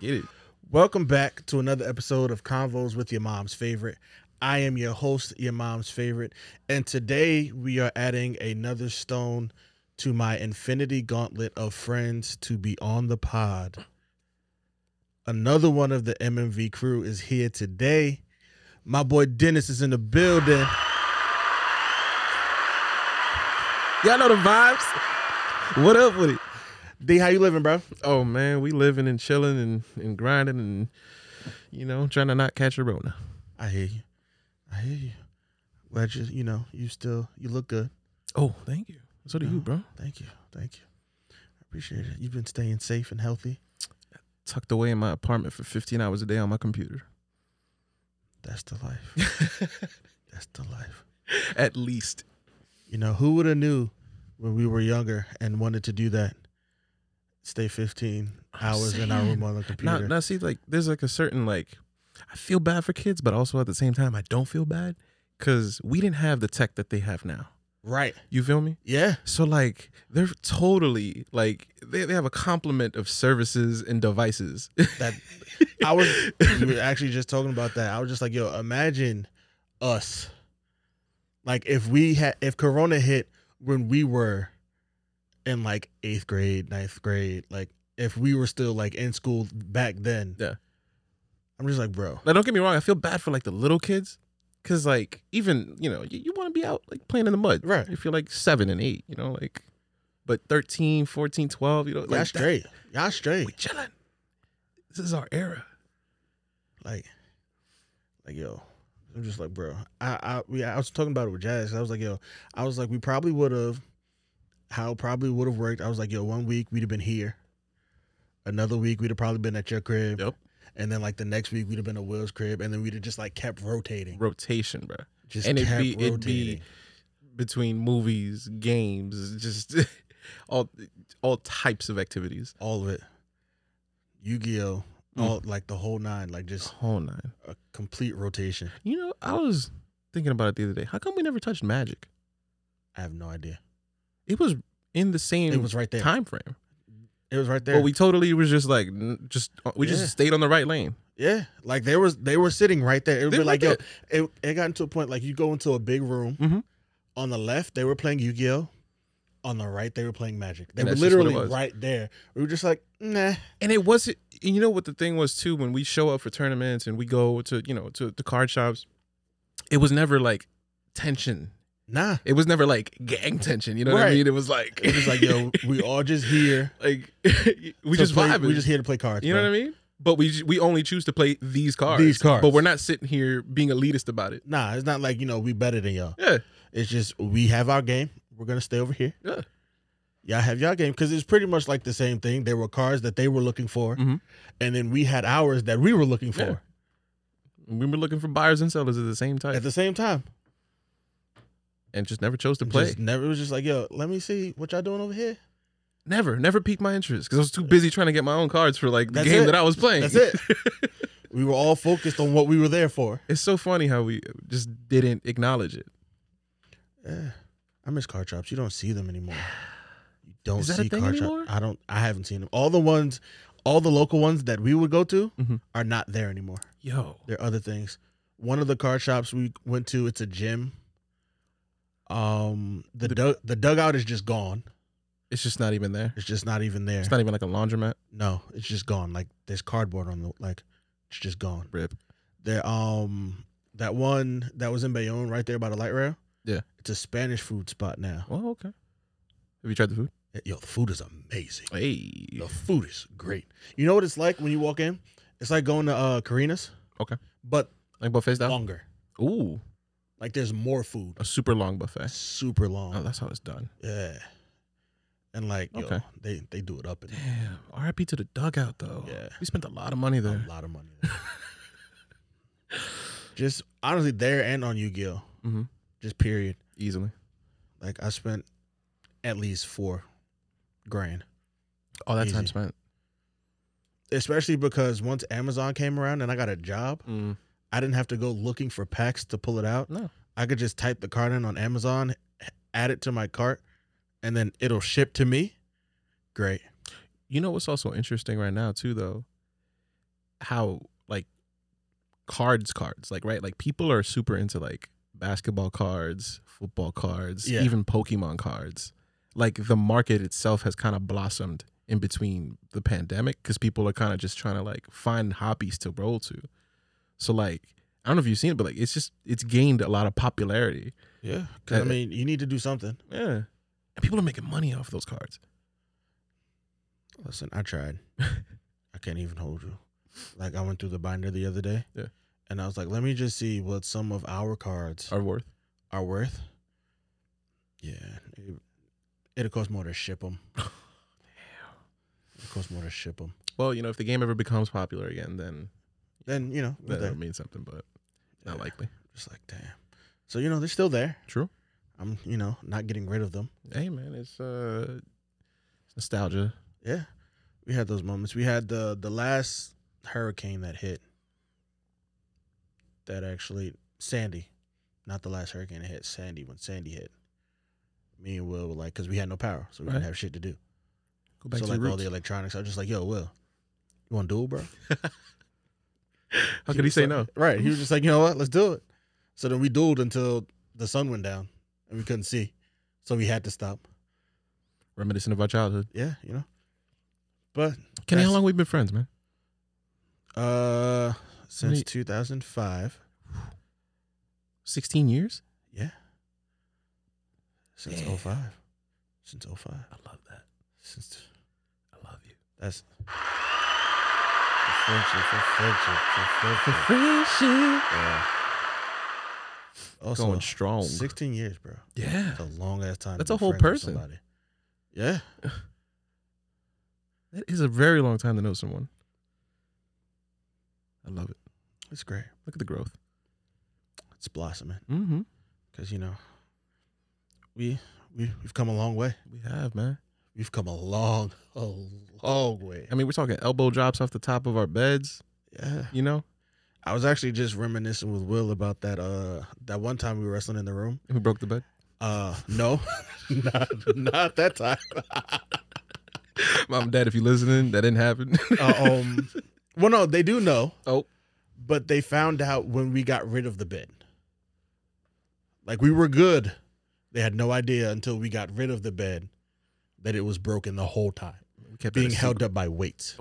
Get it. Welcome back to another episode of Convos with Your Mom's Favorite. I am your host, Your Mom's Favorite, and today we are adding another stone to my infinity gauntlet of friends to be on the pod. Another one of the MMV crew is here today. My boy Dennis is in the building. Y'all know the vibes. What up with it? D, how you living, bro? Oh man, we living and chilling and, and grinding and you know trying to not catch a Rona. I hear you. I hear you. Glad you, you know, you still, you look good. Oh, thank you. So do you, bro. Thank you. Thank you. I appreciate it. You've been staying safe and healthy. Tucked away in my apartment for 15 hours a day on my computer, That's the life. That's the life. at least. You know, who would have knew when we were younger and wanted to do that? Stay 15 hours in our room on the Now, computer. now see, like there's like a certain like I feel bad for kids, but also at the same time I don't feel bad because we didn't have the tech that they have now. Right. You feel me? Yeah. So like they're totally like they, they have a complement of services and devices. That I was we were actually just talking about that. I was just like, yo, imagine us. Like if we had if Corona hit when we were in like eighth grade, ninth grade, like if we were still like in school back then. Yeah. I'm just like, bro. Now, don't get me wrong. I feel bad for like the little kids, cause like even you know you, you want to be out like playing in the mud, Right. If you're like seven and eight, you know, like, but 13, 14, 12, you know, like Y'all that- straight. Y'all straight. we chilling. This is our era. like like yo i'm just like bro i i, we, I was talking about it with jazz i was like yo i was like we probably would have how it probably would have worked i was like yo one week we'd have been here another week we'd have probably been at your crib Yep. and then like the next week we'd have been at will's crib and then we'd have just like kept rotating Rotation, bro. just and it'd kept be- it'd be- rotating Between movies, games, just all all types of activities. all of it yu-gi-oh Mm. all like the whole nine like just Whole nine. a complete rotation You know, I was thinking about it the other day. How come we never touched Magic? i have no idea It was in the same it was right there time frame. it was right there But we totally was just like n- just uh, we Yeah. just stayed on the right lane. Yeah, like they was they were sitting right there. It would They be were like yo, there. it, it got into a point like you go into a big room. Mhm. On the left, they were playing Yu Gi Oh. On the right, they were playing Magic. They And were that's just what it literally was. right there. We were just like, nah, And it wasn't and you know what the thing was too when we show up for tournaments and we go to you know to the card shops, it was never like tension. nah. It was never like gang tension. You know what I Right. mean? It was like It was like yo, we all just here. like we to just play, vibing. We just here to play cards. you know what I mean? But we ju- we only choose to play these cards. These cards. But we're not sitting here being elitist about it. Nah, it's not like you know we better than y'all. Yeah. It's just we have our game. We're gonna stay over here. Yeah. Y'all have y'all game because it's pretty much like the same thing. There were cards that they were looking for, Mhm. and then we had ours that we were looking for. Yeah. We were looking for buyers and sellers at the same time At the same time, and just never chose to play. Just never it was just like, yo, let me see what y'all doing over here. Never, never piqued my interest because I was too busy trying to get my own cards for like the That's game it. that I was playing. That's it. we were all focused on what we were there for. It's so funny how we just didn't acknowledge it. Yeah. I miss car shops. You don't see them anymore. You don't Is that a see thing car anymore? shops. I don't I haven't seen them. All the ones all the local ones that we would go to Mhm. are not there anymore. Yo, There are other things. One of the car shops we went to, it's a gym. Um the dug, the dugout is just gone. it's just not even there. It's just not even there. It's not even like a laundromat. no, it's just gone. Like there's cardboard on the like it's just gone. Rip. There, um, that one that was in Bayonne, right there by the light rail. Yeah. it's a Spanish food spot now. Oh, okay. Have you tried the food? Yo, the food is amazing. Hey. The food is great. You know what it's like when you walk in? It's like going to uh, Karina's. Okay. but Like buffet style? longer. Ooh, Like there's more food. a super long buffet. Super long. Oh, that's how it's done. yeah, and like yo, Okay. they they do it up and Damn. RIP to the dugout though. Yeah. We spent a lot of money there. a lot of money. there. Just honestly, there and on Yu Gi Oh. Mhm. Just period. Easily. Like I spent at least four grand. All that time Easy. spent. especially because once Amazon came around and I got a job, Mm. I didn't have to go looking for packs to pull it out. No. I could just type the card in on Amazon, h- add it to my cart, and then it'll ship to me. Great. You know what's also interesting right now too though? how like cards cards like right like people are super into like basketball cards, football cards, Yeah. even Pokemon cards. Like the market itself has kind of blossomed in between the pandemic because people are kind of just trying to like find hobbies to roll to. So like I don't know if you've seen it, but like it's just it's gained a lot of popularity. Yeah, 'cause, I Uh, mean, you need to do something. Yeah, and people are making money off those cards. Listen, I tried. I can't even hold you. Like I went through the binder the other day. Yeah. And I was like, let me just see what some of our cards Are worth? are worth. Yeah, it, it'll cost more to ship them. It'll cost more to ship them. Well, you know, if the game ever becomes popular again, then Then you know, we're that there. would mean something, but not Yeah. likely. just like damn. So you know they're still there. True. I'm you know not getting rid of them. Hey man, it's uh it's nostalgia. Yeah, we had those moments. We had the the last hurricane that hit. That actually Sandy, not the last hurricane that hit Sandy. When Sandy hit, me and Will were like, because we had no power, so we Right. didn't have shit to do. Go back so to like your all the roots. electronics, I was just like, yo, Will, you want to duel, bro? How could he was say like- no? Right. He was just like, you know what? Let's do it. So then we dueled until the sun went down and we couldn't see, so we had to stop. Reminiscent of our childhood. Yeah, you know. But Kenny, how That's- long we've been friends, man? uh, since Neat. 2005. Sixteen years. Yeah. Since Yeah. oh five, Since oh five, I love that. Since I love you. that's for friendship, for friendship, for friendship. Friendship. Yeah. Also, Going strong. 16 years, bro. Yeah. That's a long ass time. to That's be a whole friends person. with somebody. Yeah. That is a very long time to know someone. I love it. It's great. Look at the growth. It's blossoming Mm-hmm. because, you know, we, we, we've come a long way. We have, man. We've come a long, a long way. I mean, we're talking elbow drops off the top of our beds, Yeah. you know? I was actually just reminiscing with Will about that uh that one time we were wrestling in the room. And we broke the bed. Uh no. not, not that time. Mom and dad, if you're listening, that didn't happen. Uh, um well no, they do know, oh. but they found out when we got rid of the bed. Like we were good. They had no idea until we got rid of the bed that it was broken the whole time. We kept Being held up by weights.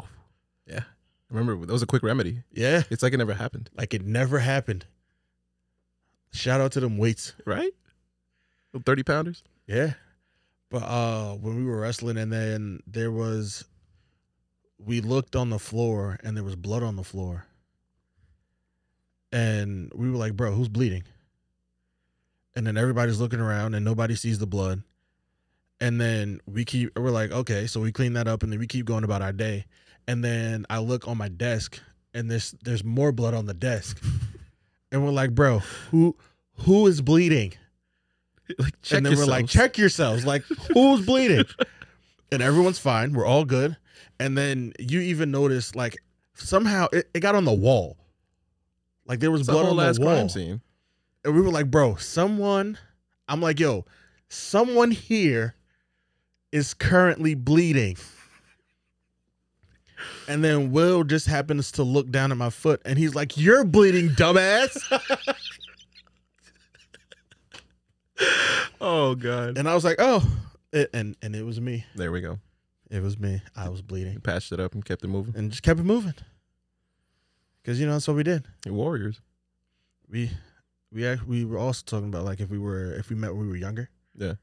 Yeah. Remember, that was a quick remedy. Yeah. It's like it never happened, Like it never happened. Shout out to them weights. right? Little 30 pounders. Yeah. But uh when we were wrestling and then there was we looked on the floor and there was blood on the floor. And we were like, "Bro, who's bleeding?" And then everybody's looking around and nobody sees the blood. And then we keep we're like, "Okay, so we clean that up and then we keep going about our day." And then I look on my desk and there's there's more blood on the desk. and we're like, "Bro, who who is bleeding?" Like, check and then we're like, yourselves. check yourselves. Like, who's bleeding? and everyone's fine. We're all good. And then you even notice, like, somehow it, it got on the wall. Like, there was It's a blood whole on ass the wall. crime scene. And we were like, bro, someone, I'm like, yo, someone here is currently bleeding. And then Will just happens to look down at my foot and he's like, You're bleeding, dumbass. Oh, God. and I was like, Oh, A- and and it was me. There we go. It was me. I was bleeding. We patched it up and kept it moving. and just kept it moving. Cause you know that's what we did. Warriors. We we act, we were also talking about like if we were if we met when we were younger. Yeah.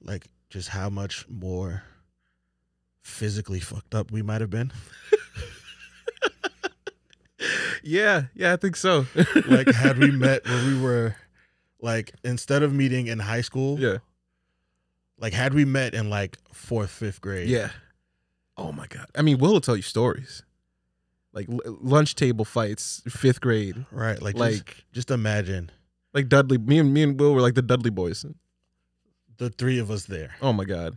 Like just how much more physically fucked up we might have been. Yeah, yeah, I think so. Like had we met when we were like instead of meeting in high school, yeah, like had we met in like fourth, fifth grade. yeah. Oh my god! I mean, Will will tell you stories, like l- lunch table fights, fifth grade. Right. Like Like, just, like, just imagine Dudley. Me and me and Will were like the Dudley boys. the three of us there. Oh my god,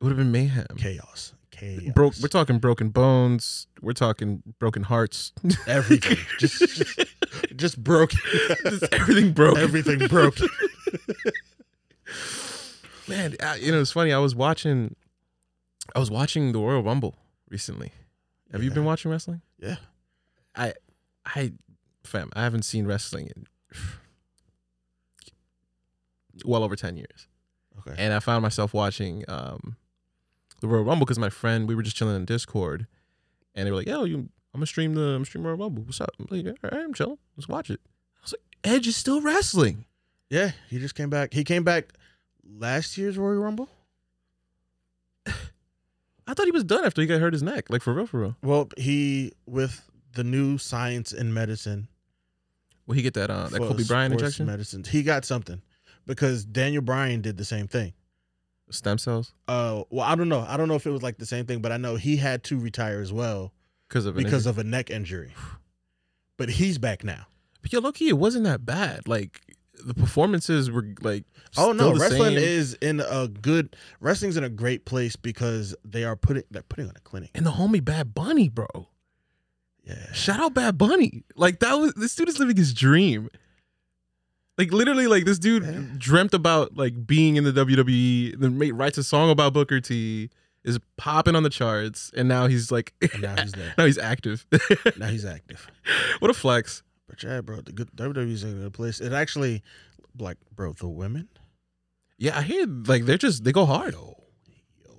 it would have been mayhem. Chaos. Chaos. Broke. We're talking broken bones. We're talking broken hearts. everything. just, just just broke. Just everything broke. everything broke. Man, I, you know it's funny. I was watching, I was watching the Royal Rumble recently. Have you Yeah. been watching wrestling? Yeah. I, I, fam, I haven't seen wrestling in well over ten years, Okay. and I found myself watching um, the Royal Rumble because my friend we were just chilling in Discord, and they were like, "Yo, you, I'm gonna stream the I'm stream Royal Rumble. What's up?" I'm like, "All right, I'm chilling. Let's watch it." I was like, "Edge is still wrestling." Yeah, he just came back. He came back last year's Royal Rumble. I thought he was done after he got hurt his neck, like for real, for real. Well, he with the new science in medicine. Will he get that uh, that for Kobe Bryant sports injection? medicines. He got something because Daniel Bryan did the same thing. Stem cells Uh, well, I don't know. I don't know if it was like the same thing, but I know he had to retire as well because of an because of a neck injury. But he's back now. But yo, Loki, it wasn't that bad. Like the performances were like. Oh still no, the wrestling same. is in a good wrestling's in a great place because they are putting they're putting on a clinic. And the homie Bad Bunny, bro. Yeah. Shout out Bad Bunny. Like that was this dude is living his dream. Like literally, like this dude Yeah. dreamt about like being in the WWE. Then made, writes a song about Booker T. Is popping on the charts, and now he's like, And now he's there. now he's active. now he's active. what a flex! But yeah, bro, the good WWE's in a good place. It actually like bro, the women. Yeah, I hear like they're just they go hard. Yo, yo.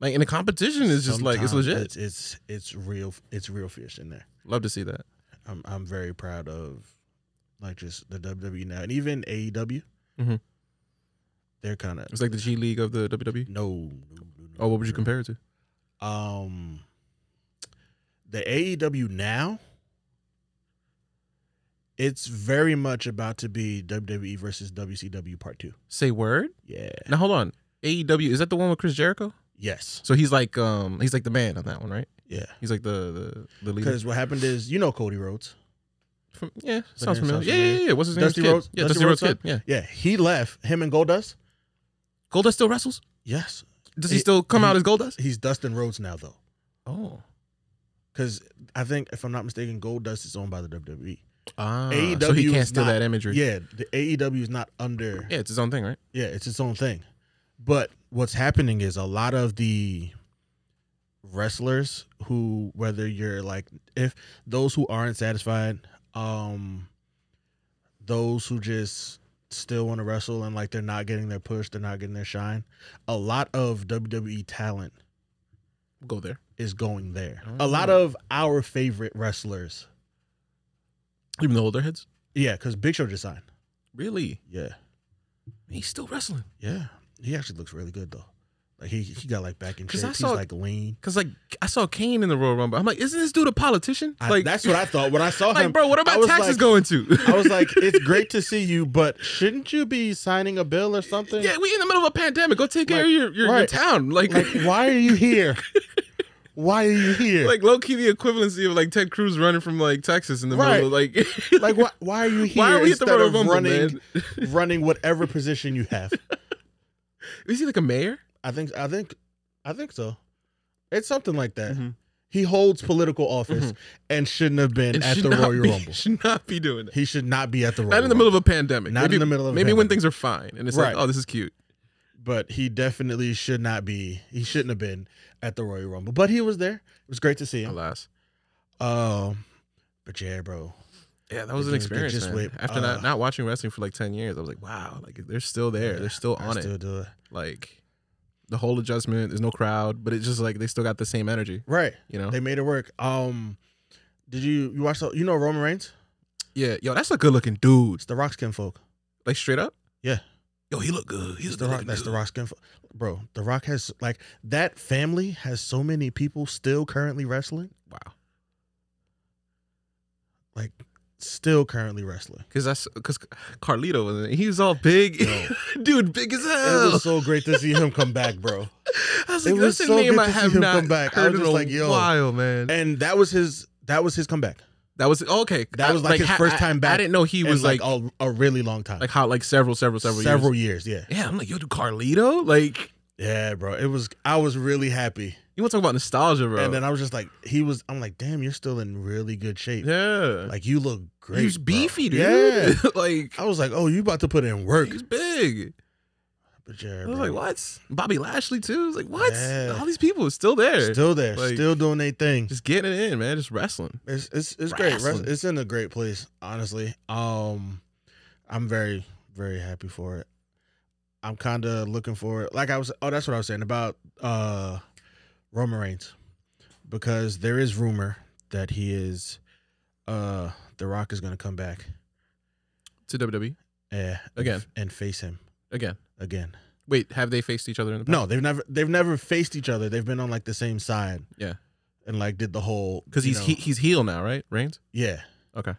Like, and the competition is just like it's Sometimes legit. It's, it's it's real it's real fierce in there. Love to see that. I'm I'm very proud of like just the WWE now and even AEW. Mhm. They're kind of It's like the G League of the E. WWE. no, no, no, no. Oh, what would you compare it to? Um, the AEW now. It's very much about to be WWE versus WCW part two. Say word. Yeah. Now hold on. AEW is that the one with Chris Jericho? Yes. So he's like um he's like the man on that one, right? Yeah. He's like the the, the leader. Because what happened is, you know, Cody Rhodes. From, yeah, The sounds name familiar. sounds Yeah, yeah, yeah, yeah. What's his name? Dusty Kid. Rhodes- Yeah, Dusty Dusty Rhodes Rhodes' kid. Yeah. Yeah, he left. Him and Goldust. Goldust still wrestles. Yes, Does he It- still come he- out as Goldust? he's Dustin Rhodes now though, Oh. because I think if I'm not mistaken, Goldust is owned by the WWE. Ah, so he AEW can't E is steal not- that imagery. Yeah, the AEW is not under. Yeah, it's his own thing, right? Yeah, it's its own thing. But what's happening is a lot of the wrestlers who whether you're like if those who aren't satisfied um those who just still want to wrestle and like they're not getting their push, they're not getting their shine, a lot of WWE talent We'll go there. is going there. Oh. A lot of our favorite wrestlers. Even though older heads. Yeah, cuz Big Show just signed. Really? Yeah. He's still wrestling. Yeah. He actually looks really good though. Like he he got like back in 'Cause shape. I He's saw- like lean. Cause like I saw Kane in the Royal Rumble. I'm like, isn't this dude a politician? I, like that's what I thought when I saw Like, him. bro, what are I my was taxes like- going to? I was like, "It's great to see you, but shouldn't you be signing a bill or something? yeah, we in the middle of a pandemic. Go take care Like, of your, your, your right. town. Like, Like, why are you here? Why are you here? like Like, low key the equivalency of like Ted Cruz running from like Texas in the middle of like why, why are you here why are we at the instead Royal of Rumble, running, man? running whatever position you have? Is he like a mayor? I think, I think, I think so. It's something like that. Mhm. He holds political office Mhm. and shouldn't have been It at should the not Royal be- Rumble. Should not be doing that. He should not be at the Royal. Not in the Rumble. middle of a pandemic. Not maybe, in the middle of a maybe when pandemic. things are fine and it's Right. like, oh, this is cute. but he definitely should not be. He shouldn't have been at the Royal Rumble, but he was there. It was great to see him. Alas, Um, but yeah, bro, yeah, that was They an just- they experience. just man. wait, After uh, not, not watching wrestling for like ten years, I was like, wow, like they're still there. Yeah, they're still I on still it. do it. Like the whole adjustment. There's no crowd, but it's just like they still got the same energy. Right, You know? they made it work. Um, did you you watch? The, you know Roman Reigns? yeah, yo, that's a good looking dude. It's the Rock's kinfolk. Like straight up. Yeah. Yo, he look good. He's It's the Rock. That's the Rock's kinfolk, bro. The Rock has like that family has so many people still currently wrestling, Wow. like still currently wrestling. Cause that's cause Carlito was in it. He was all big, Yo. dude, big as hell. It was so great to see him come back, bro. I was it like, was that's a so name good I to see have him not come back. I heard was in just a like, yo. while, man. And that was his. That was his comeback. that was okay. That I- was, like, his ha- first I- time I back didn't know he It was like, a, a really long time. like how like several, several, several, oh. several years. years. yeah. Yeah, I'm like, yo, dude, Carlito. Like, Yeah, bro. It was I was really happy. you want to talk about nostalgia, bro? And then I was just like he was I'm like, "Damn, you're still in really good shape. yeah, Like you look great." he's bro." beefy, dude. Yeah. like, I was like, "Oh, you about to put in work." he's big. But yeah, I was bro. like, what? Bobby Lashley too. I was like, what? Yeah. All these people are still there, Still there, Like- still doing their thing. just getting it in, man. Just wrestling. It's it's it's great. Rest- Wrestling. It's in a great place, honestly. Um, I'm very very happy for it. I'm kind of looking for it. Like I was. Oh, that's what I was saying about uh Roman Reigns, because there is rumor that he is, uh, The Rock is gonna come back. To WWE Yeah, Again. and face him again. again. Wait, have they faced each other in the past? No, they've never they've never faced each other. They've been on like the same side. Yeah. and like did the whole because you he's know- he, he's heel now, right? Reigns. yeah Okay.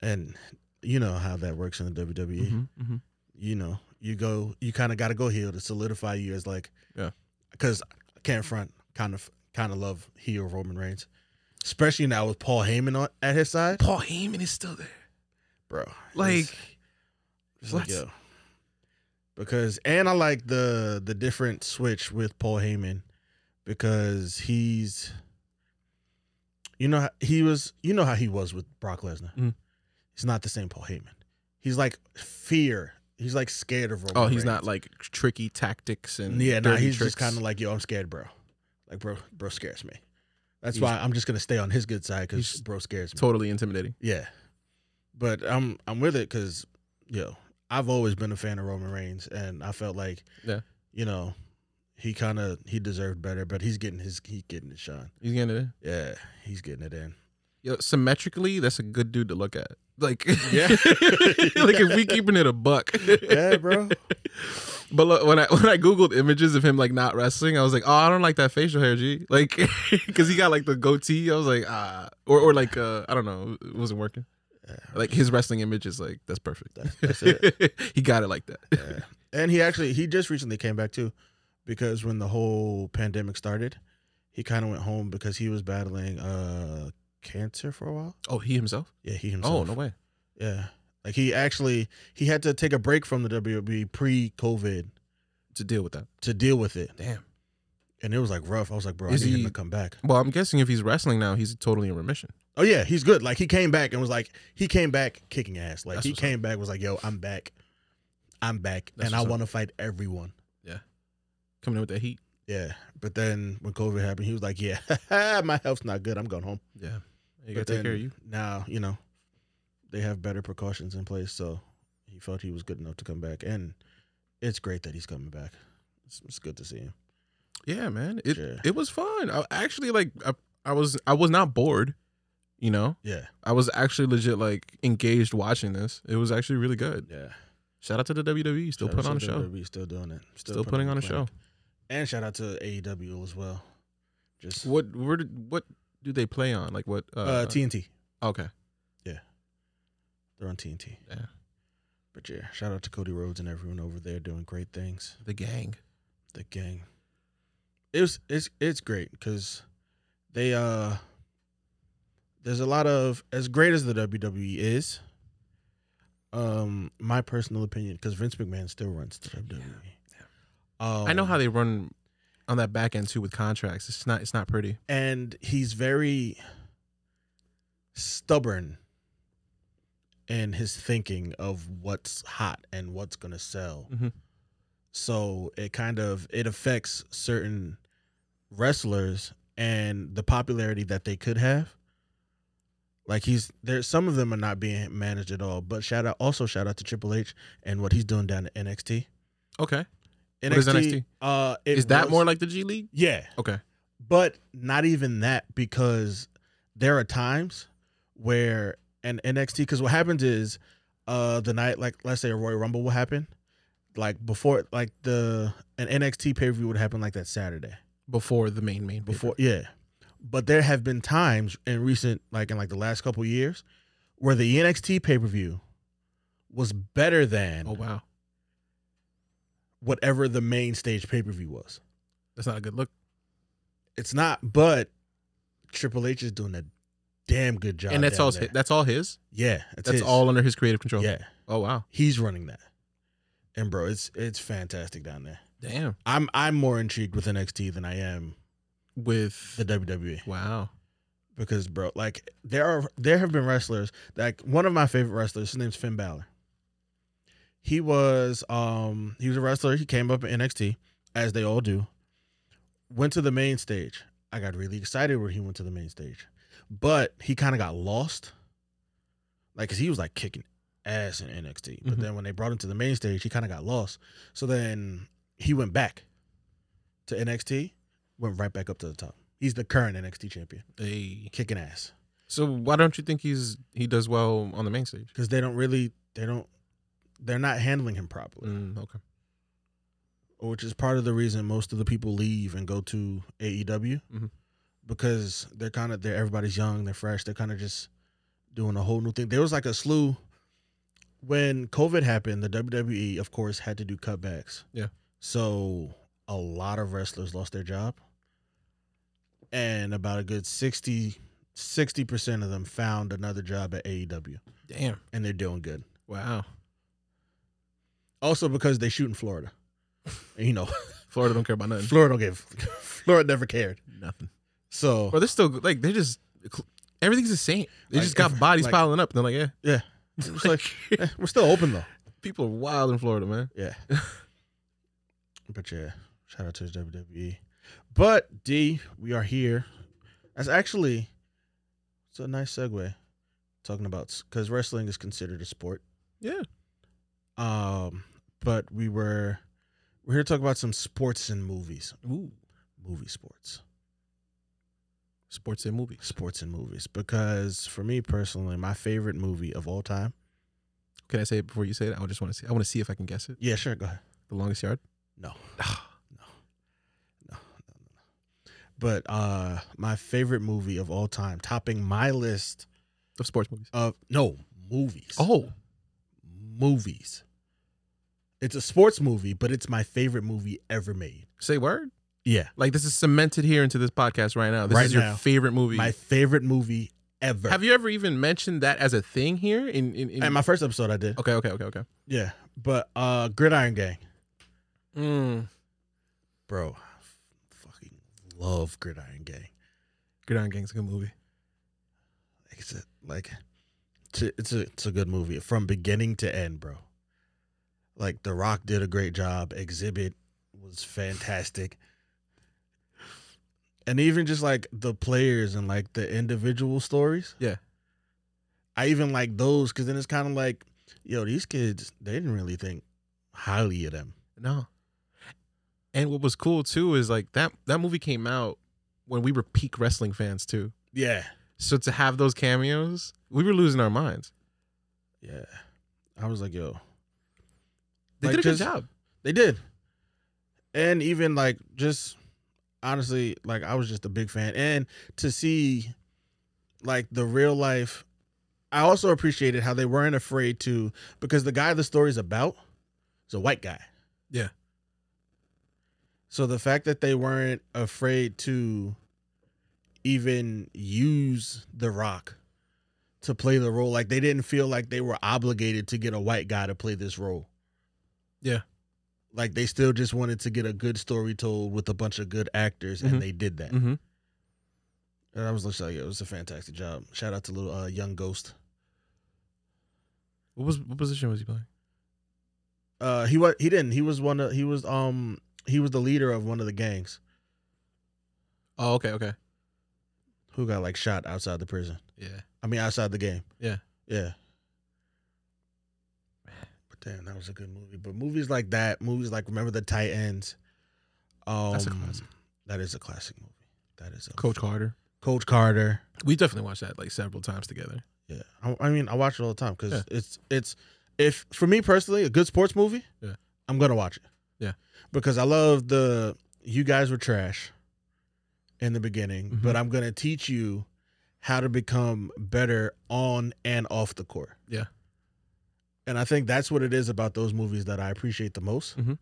and you know how that works in the WWE. Mhm, mhm. you know, you go, you kind of got to go heel to solidify you as like, Yeah. because I can't front, kind of, kind of love heel Roman Reigns, especially now with Paul Heyman on, at his side, Paul Heyman is still there. bro. Like, it's- it's like, what? yo. because and I like the the different switch with Paul Heyman because he's, you know, how- he was, you know how he was with Brock Lesnar. Mhm. He's not the same Paul Heyman. He's like fear. He's like scared of Roman. oh, he's Reigns. not like tricky tactics and Yeah, nah, dirty he's tricks. just kind of like, yo, I'm scared, bro. Like, bro, bro scares me. That's He's- why I'm just gonna stay on his good side because he's bro scares me. totally intimidating. yeah, but I'm I'm with it because yo, I've always been a fan of Roman Reigns, and I felt like, Yeah. you know, he kind of he deserved better, but he's getting his he getting his shine. He's getting it in. Yeah, he's getting it in. Yo, symmetrically, that's a good dude to look at. Like, Yeah. like if we keeping it a buck. Yeah, bro. But look, when I when I googled images of him like not wrestling, I was like, oh, I don't like that facial hair, G. Like, because he got like the goatee. I was like, ah, or or like uh, I don't know, it wasn't working. Yeah. Like his wrestling image is like that's perfect. That's- that's it. he got it like that. Yeah. and he actually he just recently came back too, because when the whole pandemic started, he kind of went home because he was battling uh cancer for a while. Oh, he himself? Yeah, he himself. Oh, no way. Yeah, like he actually he had to take a break from the WWE pre-COVID To deal with that. to deal with it, Damn. and it was like rough. I was like, bro, Is I need he- him to come back. Well, I'm guessing if he's wrestling now, he's totally in remission. Oh yeah, he's good. Like he came back and was like he came back kicking ass. Like That's he what's came back was like, yo, I'm back, I'm back, That's and I what's up. want to fight everyone. Coming in with that heat. Yeah, but then when COVID happened, he was like, "Yeah, my health's not good. I'm going home." Yeah. You but gotta take care of then you. Now you know they have better precautions in place, so he felt he was good enough to come back, and it's great that he's coming back. It's, it's good to see him. Yeah, man. It Yeah. it was fun. I actually like I, I was I was not bored. You know, Yeah, I was actually legit like engaged watching this. It was actually really good. yeah. Shout out to the WWE, still Shout out putting on a to E. show, WWE, still doing it. still putting on a show. clinic. And shout out to AEW as well. Just uh, What where did, what do they play on? Like what? Uh, TNT. okay, They're on TNT. Yeah. But yeah, shout out to Cody Rhodes and everyone over there doing great things. the gang. the gang. It was it's it's great because they uh there's a lot of as great as the WWE is. Um, my personal opinion because Vince McMahon still runs the E. WWE. Um, I know how they run on that back end too with contracts. It's not it's not pretty. and he's very stubborn in his thinking of what's hot and what's going to sell. Mhm. So it kind of it affects certain wrestlers and the popularity that they could have. Like he's there some of them are not being managed at all, but shout out also shout out to Triple H and what he's doing down at NXT. Okay, What is NXT? Uh it is that was- more like the G League? Yeah Okay, but not even that because there are times where an NXT because what happens is uh the night like let's say a Royal Rumble will happen like before like the an NXT pay per view would happen like that Saturday before the main main pay-per-view. before yeah but there have been times in recent like in like the last couple years where the NXT pay per view was better than Oh wow, whatever the main stage pay per view was that's not a good look. it's not but Triple H is doing a damn good job and that's down all there. his, that's all his. Yeah, it's That's his. all under his creative control. Yeah, Oh wow. he's running that, and bro, it's it's fantastic down there. Damn. I'm I'm more intrigued with NXT than I am With the E. WWE wow. because bro, like there are there have been wrestlers like one of my favorite wrestlers. His name's Finn Balor. He was um he was a wrestler. He came up in NXT as they all do. Went to the main stage. I got really excited when he went to the main stage, but he kind of got lost. Like, cause he was like kicking ass in NXT, but Mhm. then when they brought him to the main stage, he kind of got lost. So then he went back to NXT, went right back up to the top. He's the current NXT champion, Hey. kicking ass. So why don't you think he's he does well on the main stage? because they don't really they don't they're not handling him properly Mm, okay. which is part of the reason most of the people leave and go to aew Mhm. because they're kind of they're everybody's young they're fresh they're kind of just doing a whole new thing there was like a slew when covid happened the wwe of course had to do cutbacks Yeah. so a lot of wrestlers lost their job and about a good 60 60% of them found another job at aew Damn. and they're doing good Wow. Also because they shoot in Florida. And, you know, Florida don't care about nothing. Florida don't give. Florida never cared. Nothing. So Or they're still like they're just everything's the same. They Like, just got if- bodies like- piling up. And they're like, yeah, yeah, It's like- Eh, we're still open though. people are wild in Florida, man. Yeah. But yeah, shout out to the WWE. But D, we are here. That's actually it's a nice segue talking about because wrestling is considered a sport. Yeah. Um, but we were we're here to talk about some sports and movies, Ooh. movie sports. Sports and movies. sports and movies because for me personally, my favorite movie of all time. Can I say it before you say it? I just want to see. I want to see if I can guess it. Yeah, sure, go ahead. The longest yard. No, no, no, no, no. But uh, my favorite movie of all time, topping my list Of sports movies. of no movies. Oh. movies. It's a sports movie, but it's my favorite movie ever made. Say word. Yeah, Like this is cemented here into this podcast right now. This Right is your now. favorite movie. my favorite movie ever. Have you ever even mentioned that as a thing here? In in, in In my first episode, I did. okay, okay, okay, okay. Yeah, but uh, Gridiron Gang, Mm. bro, I f- fucking love Gridiron Gang. Gridiron Gang's a good movie. It's a, like it's a, it's a it's a good movie from beginning to end, bro. Like The Rock did a great job. Exhibit was fantastic. And even just like the players and like the individual stories. Yeah. I even like those cuz then it's kind of like yo, these kids they didn't really think highly of them. No. And what was cool too is like that that movie came out when we were peak wrestling fans too. Yeah. So to have those cameos, we were losing our minds. Yeah. I was like, yo, They Like, did a just- good job. They did. And even like just honestly, like I was just a big fan. And to see like the real life I also appreciated how they weren't afraid to because the guy the story's about is a white guy. Yeah. So the fact that they weren't afraid to even use The Rock to play the role, like they didn't feel like they were obligated to get a white guy to play this role like they still just wanted to get a good story told with a bunch of good actors Mhm. and they did that Mm-hmm. and i was just like it was a fantastic job shout out to little uh, young ghost What was what position was he playing? uh he was he didn't he was one of he was um he was the leader of one of the gangs Oh, okay, okay. who got like shot outside the prison Yeah. i mean outside the game Yeah. yeah but damn that was a good movie but movies like that movies like remember the titans um That's a classic. that is a classic movie that is a Coach Carter. coach carter We definitely watched that like several times together. Yeah, I, I mean, I watch it all the time because Yeah. it's it's if for me personally a good sports movie. Yeah. I'm gonna watch it. Yeah. because I love the you guys were trash in the beginning, Mhm. but I'm gonna teach you how to become better on and off the court. Yeah. and I think that's what it is about those movies that I appreciate the most. Mhm.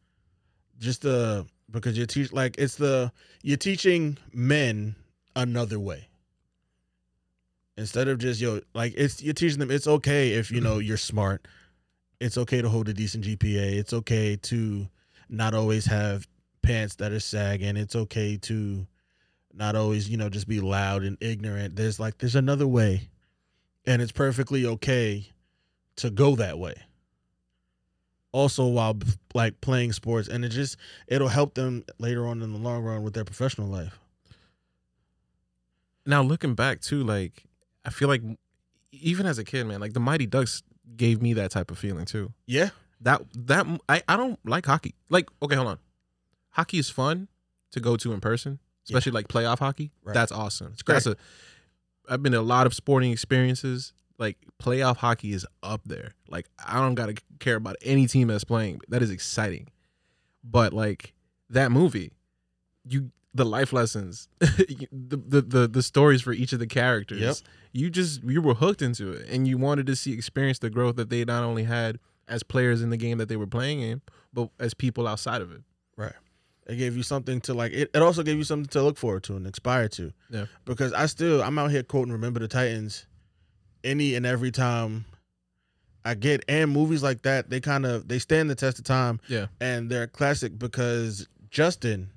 Just the because you're teach like it's the you're teaching men another way instead of just yo like it's you're teaching them it's okay if you know you're smart it's okay to hold a decent gpa it's okay to not always have pants that are sagging it's okay to not always you know just be loud and ignorant there's like there's another way and it's perfectly okay to go that way also while like playing sports and it just it'll help them later on in the long run with their professional life now looking back too like i feel like even as a kid man like the mighty ducks gave me that type of feeling too yeah that that i, I don't like hockey like okay hold on hockey is fun to go to in person especially like playoff hockey Right. that's awesome great. that's a i've been to a lot of sporting experiences like playoff hockey is up there like i don't gotta care about any team that's playing that is exciting but like that movie you the life lessons you- the, the the the stories for each of the characters Yep. you just you were hooked into it and you wanted to see experience the growth that they not only had as players in the game that they were playing in but as people outside of it it gave you something to like it, it also gave you something to look forward to and inspire to Yeah. because i still i'm out here quoting remember the titans any and every time i get and movies like that they kind of they stand the test of time Yeah. and they're a classic because justin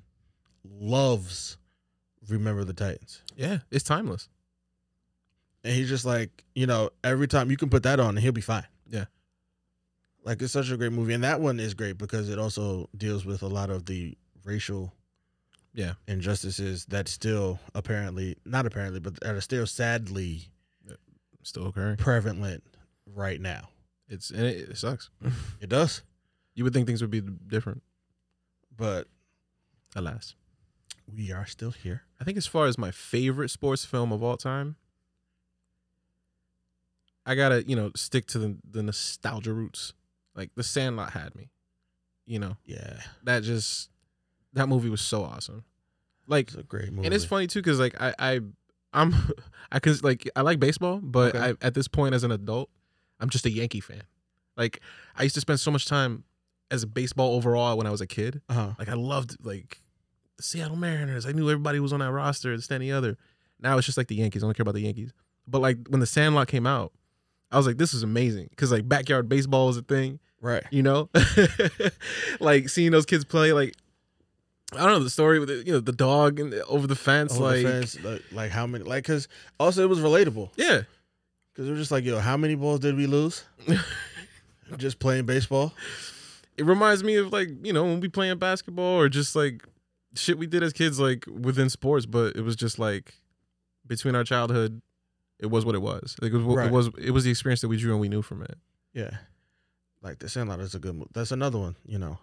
loves remember the titans yeah it's timeless and he's just like, you know, every time you can put that on and he'll be fine. Yeah. Like it's such a great movie. And that one is great because it also deals with a lot of the racial Yeah. injustices that still apparently not apparently, but that are still sadly still occurring prevalent right now. it's and it, it sucks It does. you would think things would be different But alas we are still here. i think as far as my favorite sports film of all time i gotta you know stick to the, the nostalgia roots like the sandlot had me you know Yeah. that just that movie was so awesome. Like, It's a great movie. and it's funny too because like I I I'm I can like I like baseball, but Okay. I, at this point as an adult, I'm just a Yankee fan. Like I used to spend so much time as a baseball overall when I was a kid. Uh-huh. Like I loved like the Seattle Mariners. I knew everybody was on that roster and this that, and the other. Now it's just like the Yankees. I don't care about the Yankees. But like when the Sandlot came out, I was like, this is amazing because like backyard baseball was a thing Right. you know like seeing those kids play like i don't know the story with the, you know the dog and the, over the fence Over like the fence, like, like how many like cause also it was relatable. yeah Cause we're just like, yo, how many balls did we lose? just playing baseball. it reminds me of like you know when we playing basketball or just like shit we did as kids like within sports but it was just like between our childhood it was what it was like it was, what- Right. it was it was the experience that we drew and we knew from it Yeah. Like the Sandlot is a good movie. That's another one, you know.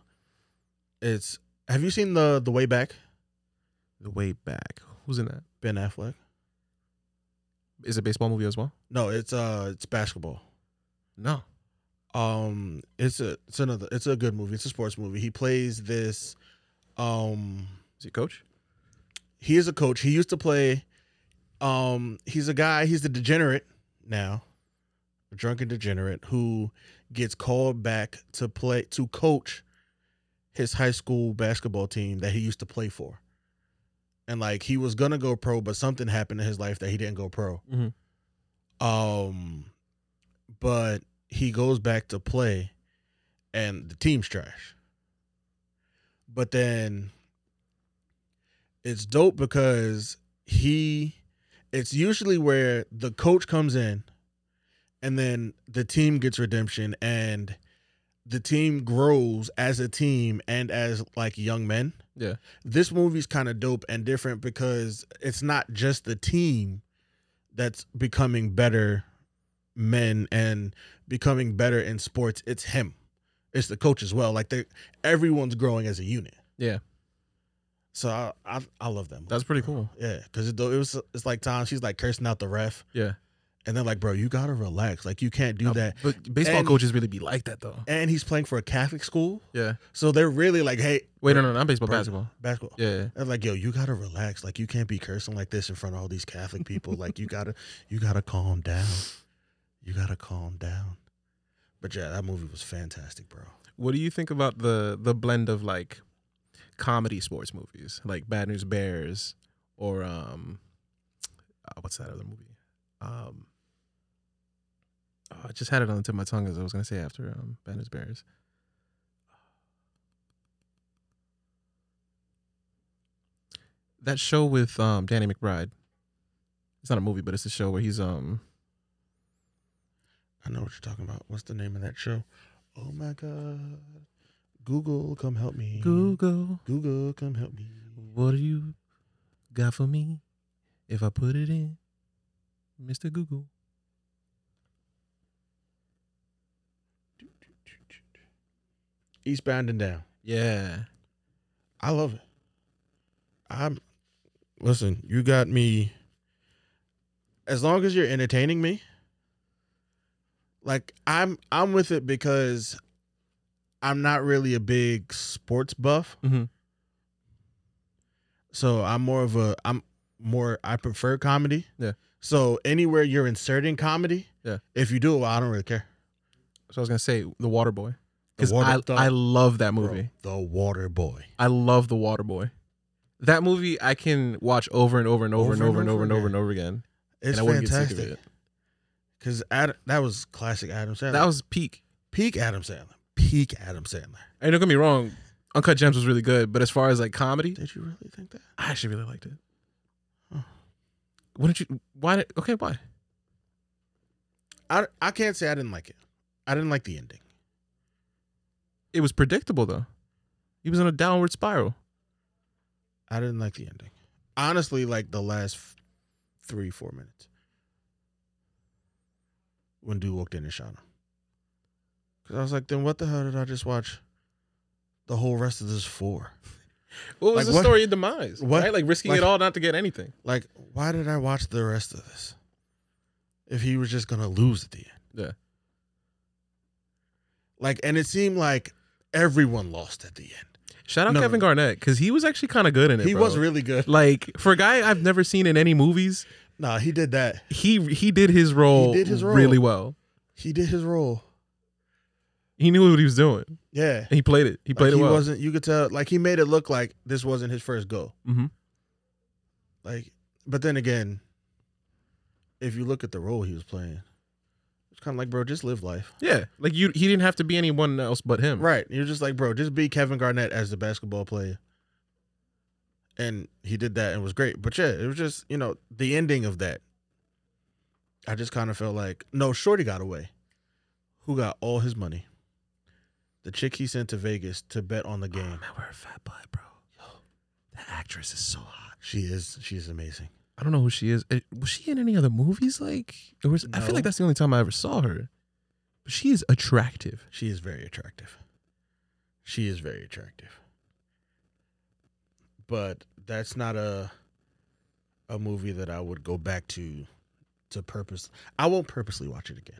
It's have you seen the the way back? the way back who's in that Ben Affleck? is it a baseball movie as well No, it's uh it's basketball. no Um it's a it's another it's a good movie. It's a sports movie. He plays this um is it coach he is a coach. He used to play um he's a guy, he's the degenerate now. A drunken degenerate who gets called back to play to coach his high school basketball team that he used to play for. And like he was gonna go pro, but something happened in his life that he didn't go pro. Mhm. Um but he goes back to play and the team's trash. But then it's dope because he it's usually where the coach comes in and then the team gets redemption and the team grows as a team and as like young men. Yeah. This movie's kind of dope and different because it's not just the team that's becoming better men and becoming better in sports. It's him. It's the coach as well. Like they everyone's growing as a unit. Yeah. So I I, I love them. that's pretty cool Yeah, because it, though it was it's like Tom. She's like cursing out the ref, yeah and they're like, "Bro, you gotta relax. Like you can't do that." but baseball And- coaches really be like that though And he's playing for a Catholic school, yeah so they're really like, "Hey, wait no no not baseball Bro. basketball basketball." yeah They're like, "Yo, you gotta relax. Like you can't be cursing like this in front of all these Catholic people. like you gotta, you gotta calm down. You gotta calm down." But yeah, that movie was fantastic, bro. What do you think about the the blend of like comedy sports movies, like Bad News Bears or um uh, what's that other movie? Um oh, I just had it on the tip of my tongue as I was gonna say after um Bad News Bears. That show with um Danny McBride. It's not a movie, but it's a show where he's um I know what you're talking about. What's the name of that show? Oh my God. Google, come help me. Google, Google, come help me. what do you got for me if I put it in, Mr. Google? Eastbound and down. Yeah. I love it. I'm listen, you got me as long as you're entertaining me. Like I'm I'm with it because I'm not really a big sports buff. Mhm. So I'm more of a I'm more I prefer comedy. Yeah. So anywhere you're inserting comedy, Yeah. if you do it, well, I don't really care. So I was gonna say The Water Boy The because I Water Dog. I love that Bro, movie. The Water Boy. I love The Water Boy. That movie I can watch over and over and over, and over and over and over and over again, It's and I wouldn't fantastic. get sick of it. Cause Ad, that was classic Adam Sandler. That was peak. peak Adam Sandler. Peak Adam Sandler. And don't get me wrong, Uncut Gems was really good, but as far as like comedy, Did you really think that? I actually really liked it. Huh. Wouldn't you? Why? Did, okay, why? I I can't say I didn't like it. I didn't like the ending. It was predictable though. He was on a downward spiral. I didn't like the ending. Honestly, like the last f- three four minutes when dude walked in and shot him. Cause I was like, then what the hell did I just watch? The whole rest of this for? What was Like, the what- story of demise? what- Right? Like risking like- it all not to get anything. Like, why did I watch the rest of this? If he was just gonna lose at the end. Yeah. Like, and it seemed like everyone lost at the end. Shout out No. Kevin Garnett because he was actually kind of good in it. He bro. was really good. like for a guy I've never seen in any movies. Nah, he did that. He he did his role, He did his role. really well. He did his role. He knew what he was doing. Yeah. And he played it. He played like, it he well. wasn't you could tell like he made it look like this wasn't his first go. Mhm. Like but then again, if you look at the role he was playing, it's kinda like, bro, just live life. yeah, like you, he didn't have to be anyone else but him. Right. You're just like, bro, just be Kevin Garnett as the basketball player. And he did that and was great. But yeah, it was just, you know, the ending of that. I just kind of felt like, no, Shorty got away. Who got all his money? The chick he sent to Vegas to bet on the Oh, game. we're a fat butt, bro. That actress is so hot. She is she is amazing. I don't know who she is. Uh, Was she in any other movies? Like, or was, I feel No. like that's the only time I ever saw her. But she is attractive. She is very attractive. She is very attractive. But that's not a a movie that I would go back to to purpose. I won't purposely watch it again.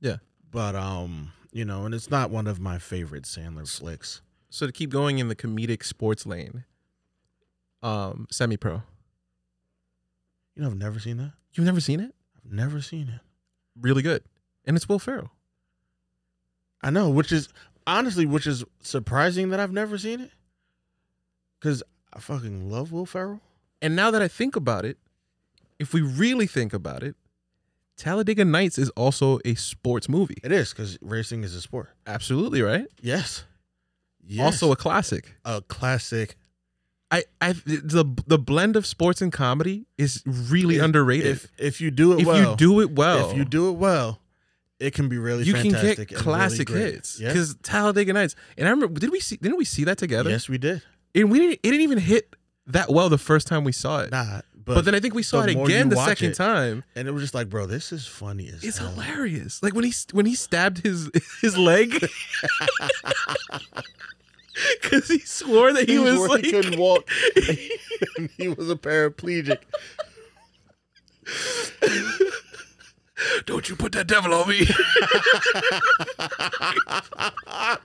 Yeah. But um, you know, and it's not one of my favorite Sandler flicks. So to keep going in the comedic sports lane, um, semi pro. You know, I've never seen that. You've never seen it? I've never seen it. Really good, and it's Will Ferrell. I know, which is honestly, which is surprising that I've never seen it. Cause I fucking love Will Ferrell. And now that I think about it, if we really think about it, Talladega Nights is also a sports movie. It is because racing is a sport. Absolutely right. Yes. Also a classic. a, classic. I I the the blend of sports and comedy is really If- underrated. If If, if you do it well, you do it well, if you do it well, it can be really you can fantastic. get and really classic great. hits. Yeah. Because Talladega Nights, and I remember, did we see? Didn't we see that together? Yes, we did. And we didn't. It didn't even hit that well the first time we saw it. Nah, but, but, then I think we saw the it more again you the watch second it, time. and it was just like, bro, this is funny as It's hell. hilarious. Like when he when he stabbed his his leg. Because he swore that he, was swore like, he couldn't walk. and he was a paraplegic. "Don't you put that devil on me!"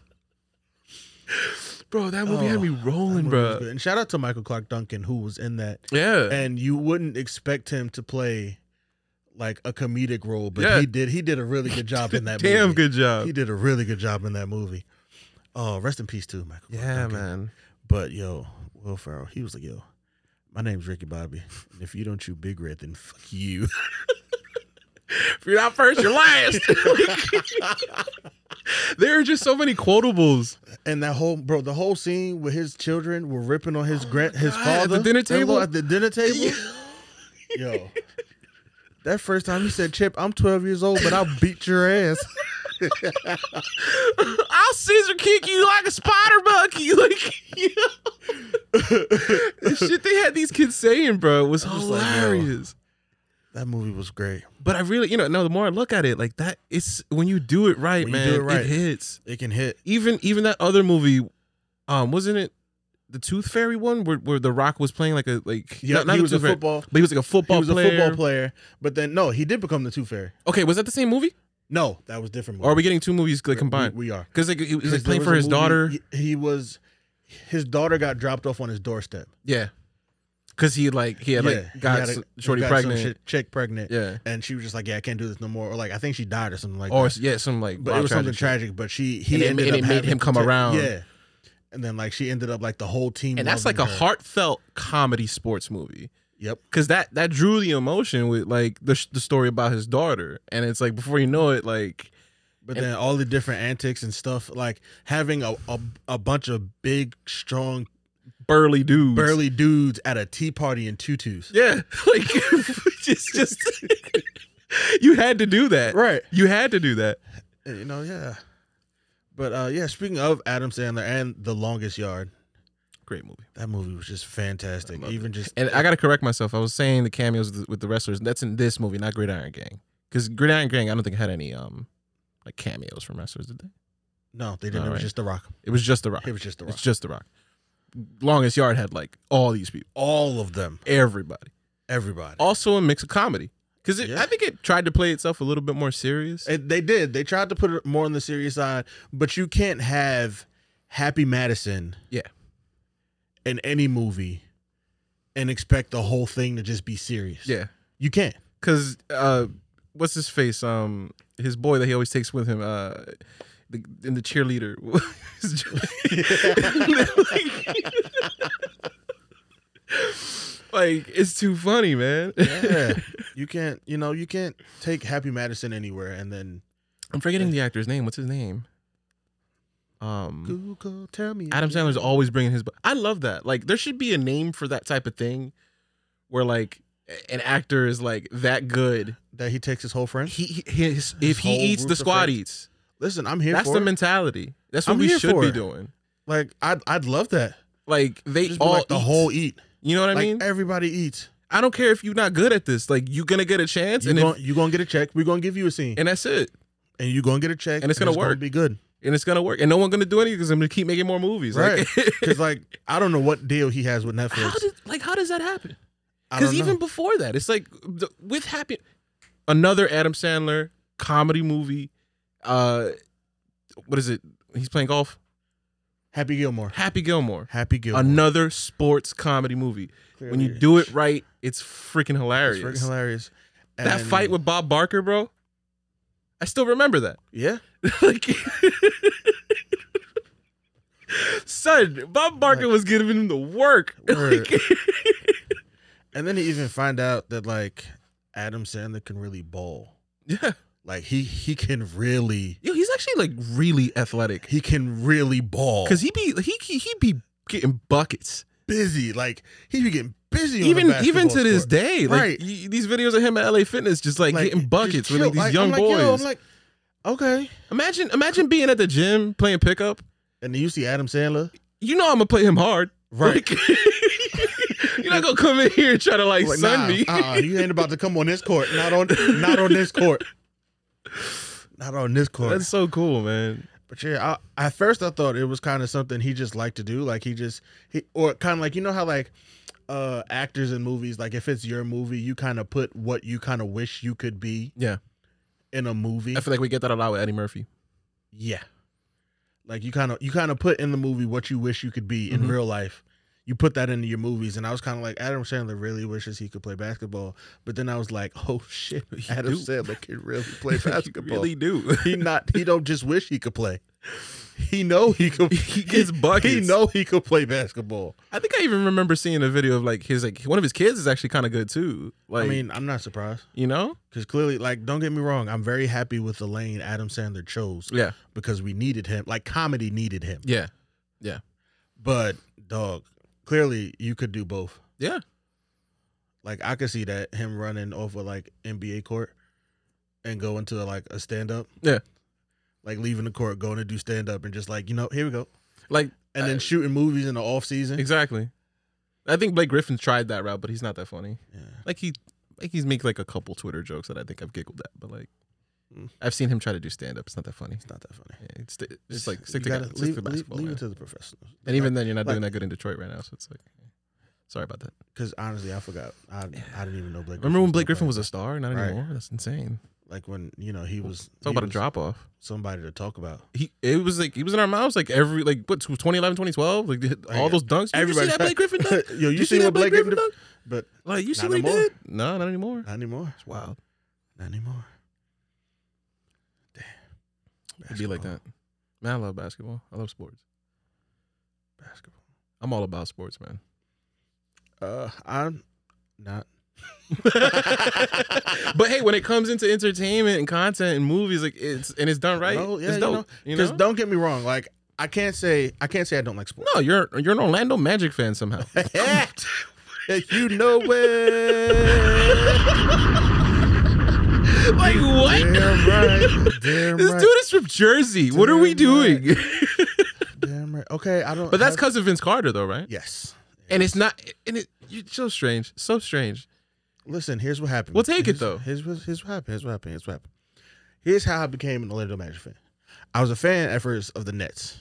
bro, that movie had Oh, me That rolling, movie bro. was good. And shout out to Michael Clark Duncan who was in that. Yeah. And you wouldn't expect him to play like a comedic role, but Yeah. he did. He did a really good job in that. Damn movie. good job. he did a really good job in that movie. Oh, rest in peace too, Michael. Clark Yeah, Duncan. man. But yo, Will Ferrell, he was like, yo, my name's Ricky Bobby, and if you don't chew big red, then fuck you. If you're not first, you're last. there are just so many quotables. And that whole bro, the whole scene with his children were ripping on his grand, his Oh God, at father the dinner That little- table? at the dinner table. yo, that first time he said, "Chip, I'm 12 years old, but I'll beat your ass." I'll scissor kick you like a spider monkey. Like you know? the shit they had these kids saying, bro, was I was like, yo. hilarious. that movie was great. but I really, you know, no. The more I look at it, like that, it's when you do it right, When you man. do it it, right. hits. It can hit. Even even that other movie, um, wasn't it the Tooth Fairy one where, where The Rock was playing like a like Yeah, not, not he the was a Tooth Fairy, football. but he was like a football he was player. a football player, but then no, he did become the Tooth Fairy. Okay, was that the same movie? No, that was different. Or are we getting two movies like combined? Uh, We, we are. Because like he was Because like, there playing was for a his movie- daughter. He, he was, his daughter got dropped off on his doorstep. Yeah, because he like he had like he got had a- s- he shorty got some pregnant. shit- chick pregnant. Yeah, and she was just like, "Yeah, I can't do this no more," or like I think she died or something like or that. yeah, some like But it wild was something shit. tragic. But she he And it- ended and up it made having him to come take- around. Yeah, and then like she ended up like the whole team, and that's like loving a her. heartfelt comedy sports movie. Yep, because that that drew the emotion with like the sh- the story about his daughter, and it's like before you know it, like but And- then all the different antics and stuff, like having a a, a bunch of big, strong, burly dudes, burly dudes at a tea party in tutus. yeah, like just just you had to do that, Right. You had to do that. You know, yeah. But uh yeah, speaking of Adam Sandler and The Longest Yard, Great movie. that movie was just fantastic. loved Even just And I got to correct myself. I was saying the cameos with the, with the wrestlers. That's in this movie, not Gridiron Gang, because Gridiron Gang I don't think had any um like cameos from wrestlers, did they? no, they didn't. It was Alright. just The Rock. It was just The Rock. It was just The Rock. It's just The Rock. Longest Yard had like all these people, all of them, everybody. everybody. also a mix of comedy because Yeah. I think it tried to play itself a little bit more serious. It, they did. They tried to put it more on the serious side, but you can't have Happy Madison, Yeah. in any movie, and expect the whole thing to just be serious. yeah, you can't. because uh, what's his face? Um, his boy that he always takes with him. Uh, the, in the cheerleader. like it's too funny, man. Yeah, you can't. You know, you can't take Happy Madison anywhere and then I'm forgetting the actor's name. What's his name? Um, Google tell me. Adam again." Sandler's always bringing his. bu- I love that. Like there should be a name for that type of thing, where like a- an actor is like that good that he takes his whole friend. he, he- his, if he whole eats group the of squad friends. eats Listen, I'm here that's for the it. mentality that's what I'm we here should for be it. doing like I'd I'd love that. like they Just be all like the eat. whole eat. you know what i like eh. mean everybody eats. i don't care if you're not good at this like you're gonna get a chance You and, gon' if, you gonna get a check. We're gonna give you a scene, and, and that's it you gonna get a check, and it's gonna work. be good. and it's gonna work and no one's gonna do anything because i'm gonna keep making more movies Right. like, Because like I don't know what deal he has with how Netflix. did, like how does that happen I because don't even know. before that it's like the- with happy another adam sandler comedy movie uh what is it he's playing golf Happy Gilmore, happy gilmore Happy Gilmore, another sports comedy movie when you Clearly, do it right, it's freaking hilarious. it's freaking hilarious. That And- fight with Bob Barker, bro. I still remember that. yeah, like, son, Bob Barker Like- was giving him the work. Word. Like, and then you even find out that like Adam Sandler can really bowl. yeah, Like he he can really yo, he's actually like really athletic he can really ball. because he be he he he be getting buckets busy like he be getting busy. on the even even to basketball this court. day. Like Right. y- these videos of him at LA Fitness, just like, Like, getting buckets just with like chill. these young I'm boys. Like, yo, I'm like, okay, imagine imagine being at the gym playing pickup. and then you see Adam Sandler, You know I'm gonna play him hard. right? Like, you're not gonna come in here and try to like Like, sun nah, me. uh-uh, you ain't about to come on this court. Not on not on this court. Not on this court. That's so cool, man. but yeah, I, at first I thought it was kind of something he just liked to do. Like he just he or kind of like you know how like uh actors in movies like if it's your movie you kind of put what you kind of wish you could be Yeah, in a movie I feel like we get that a lot with Eddie Murphy. yeah like you kind of you kind of put in the movie what you wish you could be in Mhm. real life you put that into your movies and i was kind of like adam sandler really wishes he could play basketball but then i was like oh shit He adam do. sandler can really play Like, you basketball really do. he not he don't just wish he could play. He know he could. He gets buckets. He know he could play basketball. I think I even remember seeing a video of like his like one of his kids is actually kind of good too. Like, I mean, I'm not surprised you know, because clearly, like, don't get me wrong, I'm very happy with the lane Adam Sandler chose yeah, because we needed him. Like, comedy needed him. yeah, But dog, clearly, you could do both. yeah. Like, I could see that him running off of like NBA court and go into like a stand up. Yeah. like leaving the court, going to do stand up, and just like you know, here we go, Like and then I- shooting movies in the off season. exactly. I think Blake Griffin tried that route, but he's not that funny. Like he like he's make like a couple Twitter jokes that I think I've giggled at, but like Mm. I've seen him try to do stand up. It's not that funny. It's not that funny. Yeah, it's st- just like You stick to, gotta guys, stick leave, to leave- basketball. leave man. it to the professionals. and even then, you're not like- doing that good in Detroit right now. So it's like, sorry about that. because honestly, I forgot. I, I didn't even know Blake. Remember when Blake Blake Griffin was a star? Not Right. anymore. That's insane. like when you know he was Talk he about a was drop off. somebody to talk about. He it was like he was in our mouths like every like what 2011 2012 like did all yeah. those dunks. Did you see Everybody- that Blake Griffin dunk? Yo, you, Did see that what Blake Griffin? did? dunk? But Like you see Not what he no more. did? No, not anymore. not anymore. It's wild. Not anymore. Damn. It'd be like Basketball. that. Man, I love basketball. I love sports. Basketball. I'm all about sports, man. Uh, I'm not. but hey, when it comes into entertainment and content and movies, like it's and it's done right. No, yeah, it's you dope. You know, Because don't get me wrong. Like I can't say I can't say I don't like sports. no, you're you're an Orlando Magic fan somehow. If you know it. like what? Damn right. Damn This right. dude is from Jersey. what are we Damn right. doing? Damn right. Okay, I don't. but that's have- because of Vince Carter, though, right? yes. And it's not. And it, it's so strange. So strange. Listen, here's what happened. We'll take it, Here's- though. Here's, what- here's what happened. Here's what happened. Here's what happened. Here's how I became an Orlando Magic fan. I was a fan at first of the Nets.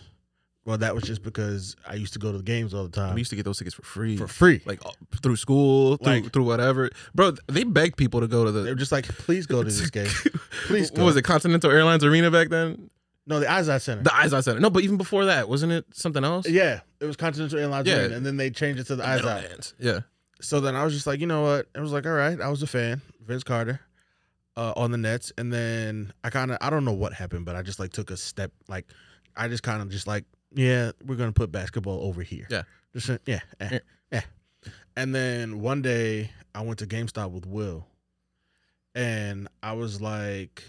Well, that was just because I used to go to the games all the time we used to get those tickets for free, for free. like all- through school, through, Like- through whatever. Bro, they begged people to go to They the. were just like, please go to this game. Please What go. was it? Continental Airlines Arena back then. No, the Izod Center. The Izod Center. No, but even before that, wasn't it something else? yeah, it was Continental Airlines Yeah. Arena, and then they changed it to the Izod. Meadowlands. Yeah. So then I was just like, you know what? I was like, all right, I was a fan, Vince Carter, uh, on the Nets, and then I kind of I don't know what happened, but I just like took a step, like I just kind of just like, yeah, we're gonna put basketball over here. Yeah. just uh, yeah, eh, Yeah. eh. And then one day I went to GameStop with Will, and I was like,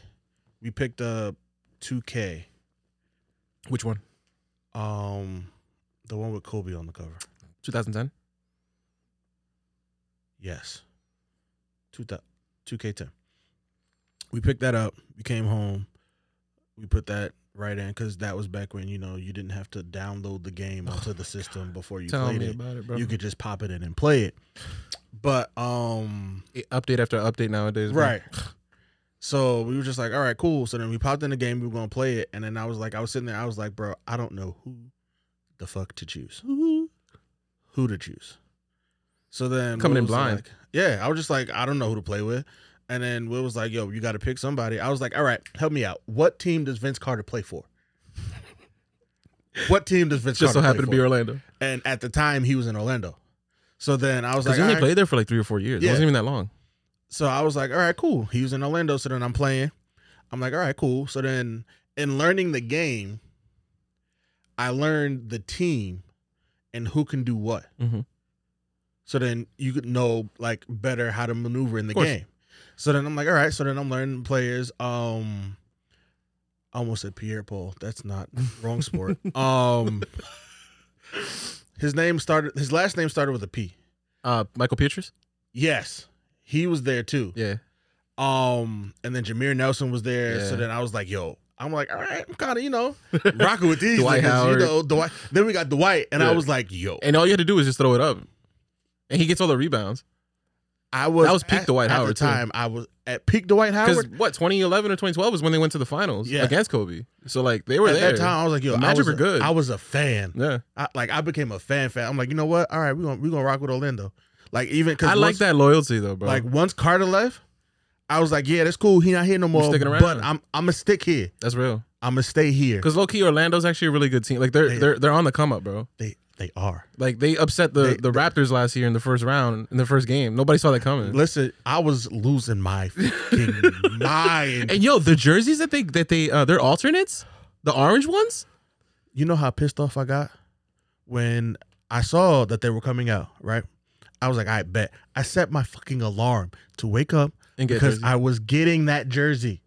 we picked up 2K, Which one? um, the one with Kobe on the cover. 2010. Yes. 2K10. We picked that up. We came home. We put that right in because that was back when, you know, you didn't have to download the game Oh onto my the system before you Tell played me it. about it, bro. You could just pop it in and play it. But, um, update after update nowadays. bro. right. So we were just like, all right, cool. So then we popped in the game. We were going to play it. And then I was like, I was sitting there. I was like, bro, I don't know who the fuck to choose. Who to choose. So then Coming Will in was blind. like- yeah. I was just like, I don't know who to play with. And then Will was like, yo, you got to pick somebody. I was like, all right, help me out. What team does Vince Carter play for? what team does Vince Just so Carter happened play to be for? Orlando. and at the time, he was in Orlando. So then I was Because like, he only all right. played there for like three or four years. It Yeah. wasn't even that long. So I was like, all right, cool. He was in Orlando, so then I'm playing. I'm like, all right, cool. So then in learning the game, I learned the team and who can do what. Mhm. So then you could know like better how to maneuver in the Of course. game. So then I'm like, all right, so then I'm learning players. Um I almost said Pierre Paul. That's not wrong sport. um his name started his last name started with a P. Uh, Michael Pietrus. Yes. He was there too. Yeah. Um, and then Jameer Nelson was there. So Yeah. then I was like, yo, I'm like, all right, I'm kind of, you know, rocking with these Dwight niggas, Howard. you know, Dwight. Then we got Dwight, and I Yeah. was like, yo, And all you had to do was just throw it up, and he gets all the rebounds. I was that was peak at, Dwight at Howard, too. the time. I was at peak Dwight Because Howard. what 2011 or 2012 was when they went to the finals Yeah. against Kobe. So like they were at there. that time, I was like, yo, The I Magic was, were a, good. I was a fan. Yeah, I, like I became a fan fan. I'm like, you know what? All right, we're gonna we're gonna rock with Orlando. Like even because I like that loyalty though, bro. Like once Carter left, I was like, yeah, that's cool. He not here no more. sticking around. But I'm I'm gonna stick here. That's real. I'm gonna stay here. Because low key, Orlando's actually a really good team. Like they're They- they're they're on the come up, bro. They they are. Like they upset the They- the Raptors last year in the first round in the first game. Nobody saw that coming. Listen, I was losing my fucking mind. And yo, the jerseys that they that they uh their alternates, the orange ones. You know how pissed off I got when I saw that they were coming out, right? I was like, I bet. I set my fucking alarm to wake up And get Oh, because jerseys. I was getting that jersey.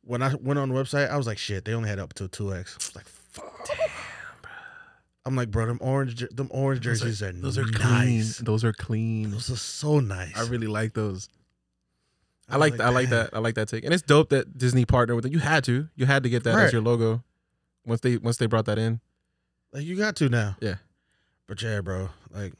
When I went on the website, I was like, shit, they only had up to 2X. I was like, fuck. I'm like, bro, them orange, jer- them orange jerseys are, Those are nice. clean. Those are clean. Those are so nice. I really like those. I like that. I like that. I like that take. And it's dope that Disney partnered with it. You had to. You had to get that Right. as your logo. Once they once they brought that in. Like you got to now. Yeah. But yeah, bro. Like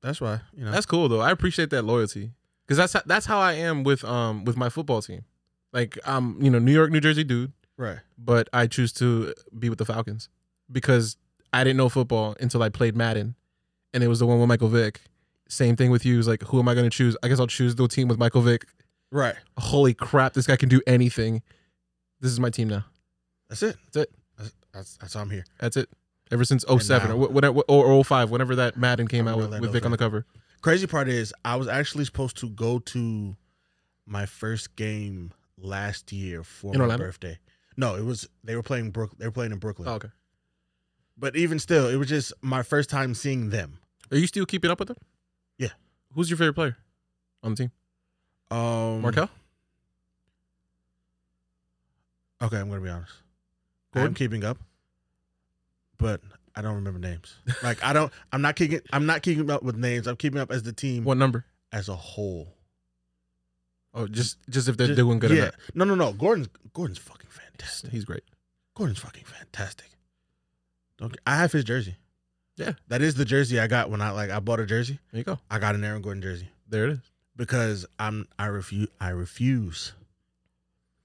that's why you know. That's cool though. I appreciate that loyalty because that's that's how I am with um with my football team. Like I'm you know New York New Jersey dude, right. but I choose to be with the Falcons because I didn't know football until I played Madden, and it was the one with Michael Vick. Same thing with you. Is like who am I going to choose? I guess I'll choose the team with Michael Vick. Right. Holy crap, this guy can do anything. This is my team now. That's it. That's it. That's that's, that's how I'm here. That's it. Ever since And 07 now- or whatever or 05, whenever that Madden came I out know with, that with Vick on the cover. Crazy part is I was actually supposed to go to my first game last year for In my Orlando? birthday. No, it was they were playing Brook they were playing in Brooklyn. Oh, okay. But even still, it was just my first time seeing them. Are you still keeping up with them? Yeah. Who's your favorite player on the team? Um Markel? Okay, I'm gonna be honest. I'm Gordon? keeping up, but I don't remember names. Like I don't. I'm not keeping. I'm not keeping up with names. I'm keeping up as the team What number? as a whole. Oh, just just if they're Ju- doing good or yeah. not. No, no, no. Gordon's Gordon's fucking fantastic. He's great. Gordon's fucking fantastic. Don't I have his jersey? Yeah. that is the jersey I got when I like I bought a jersey. There you go. I got an Aaron Gordon jersey There it is. because I'm I refuse I refuse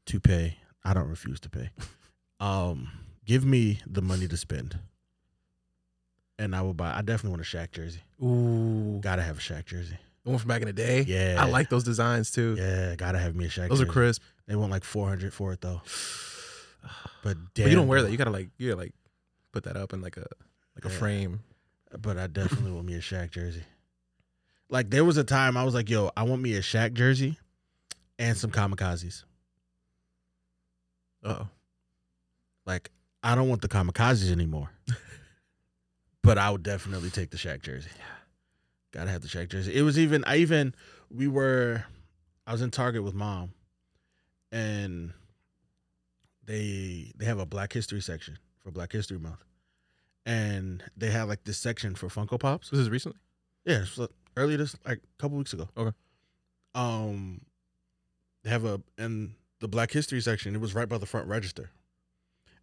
to pay. I don't refuse to pay. Um, give me the money to spend, and I will buy. I definitely want a Shaq jersey. Ooh. Gotta have a Shaq jersey. The one from back in the day. Yeah, I like those designs too. Yeah, gotta have me a Shaq. Those are jersey. crisp. They want like four hundred for it though. But damn, But you don't wear bro. that. You gotta like you gotta like put that up in like a like a Yeah. frame. But I definitely want me a Shaq jersey. Like there was a time I was like, yo, I want me a Shaq jersey and some kamikazes. Oh. Like, I don't want the kamikazes anymore. but I would definitely take the Shaq jersey. Gotta have the Shaq jersey. It was even I even we were I was in Target with mom and they they have a black history section for Black History Month. And they had like this section for Funko Pops. So this is recently? Yeah, it's like earlier this like a couple weeks ago. Okay. Um, they have a in the Black History section. It was right by the front register,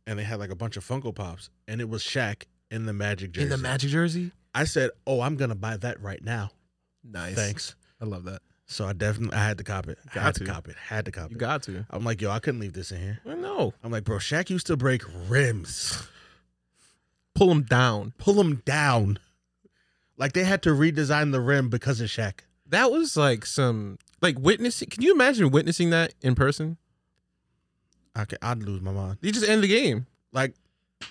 and they had like a bunch of Funko Pops, and it was Shaq in the Magic jersey. In the magic jersey? I said, "Oh, I'm gonna buy that right now." Nice. Thanks. I love that. So I definitely I had to cop it. I Got had to to. cop it. Had to cop You it. got to. I'm like, yo, I couldn't leave this in here. Well, no. I'm like, bro, Shaq used to break rims. Pull them down. Pull them down. Like they had to redesign the rim because of Shaq. That was like some like witnessing. Can you imagine witnessing that in person? I could, I'd lose my mind. They just end the game. Like,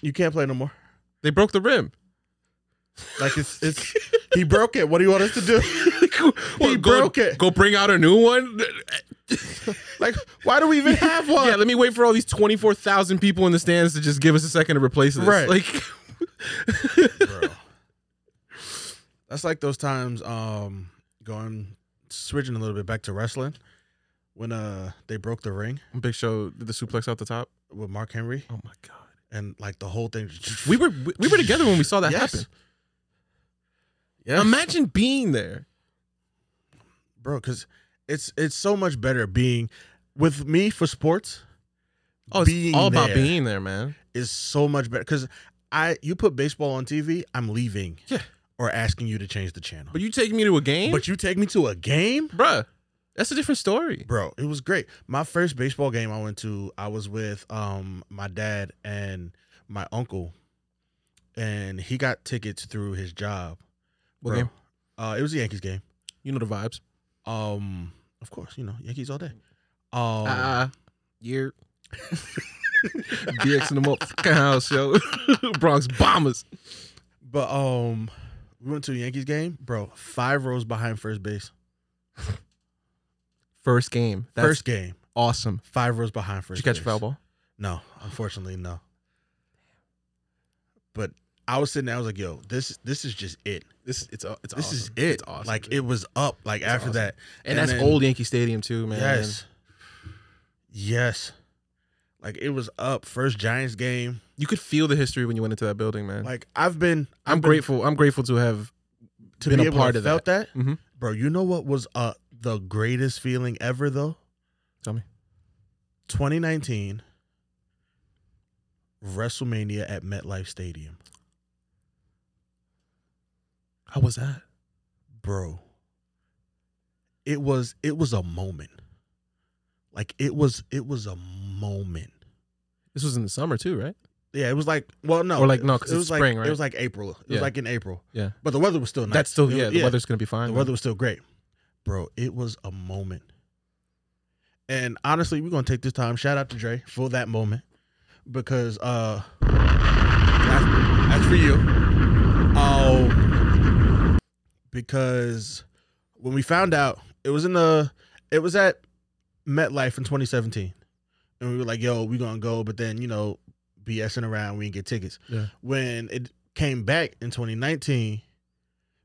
you can't play no more. They broke the rim. Like it's it's he broke it. What do you want us to do? What, go- broke it. Go bring out a new one. Like why do we even have one? yeah, let me wait for all these twenty four thousand people in the stands to just give us a second to replace this. Right. Like, Bro. That's like those times um going switching a little bit back to wrestling when uh they broke the ring Big Show did the suplex off the top. with Mark Henry Oh my god. and like the whole thing We were we- we were together when we saw that Yes. happen. Yes. Imagine being there. bro cuz it's it's so much better being with me for sports Oh, it's Being all about there. being there, man. is so much better cuz I you put baseball on TV, I'm leaving. Yeah. Or asking you to change the channel. But you take me to a game, But you take me to a game? bruh. That's a different story. Bro, it was great. My first baseball game I went to, I was with um my dad and my uncle. And he got tickets through his job. What bro. game? Uh it was a Yankees game. You know the vibes. Um of course, you know, Yankees all day. Um Uh, year. DX in the motherfucking house, yo. Bronx Bombers. but um we went to a Yankees game, bro, five rows behind first base. First game. That's first game, awesome. five rows behind Did first you catch a base. foul ball? No, unfortunately, no. But I was sitting there, I was like, yo, this this is just it. This it's it's this is it. like it was up. Like It's after awesome. that, and, and that's then- old Yankee Stadium too, man. yes, yes, like it was up. First Giants game. You could feel the history when you went into that building, man. Like I've been, I've I'm been- grateful. I'm grateful to have to been be a able part to of felt that. Mhm. Bro, you know what was uh the greatest feeling ever though? Tell me. 2019 WrestleMania at MetLife Stadium. How was that? Bro. It was it was a moment. Like it was it was a moment. This was in the summer too, right? Yeah, it was like well no. Or like, no, 'cause it it's was like- spring, right? It was like April. It Yeah. was like in April. Yeah. But the weather was still nice. That's still It yeah, was- The weather's gonna be fine. The man. weather was still great. Bro, it was a moment. And honestly, we're gonna take this time. Shout out to Dre for that moment. Because uh that's, that's for you. Um because when we found out, it was in the it was at MetLife in 2017. And we were like, yo, we gonna go, but then, you know, BSing around, we didn't get tickets. Yeah. When it came back in 2019,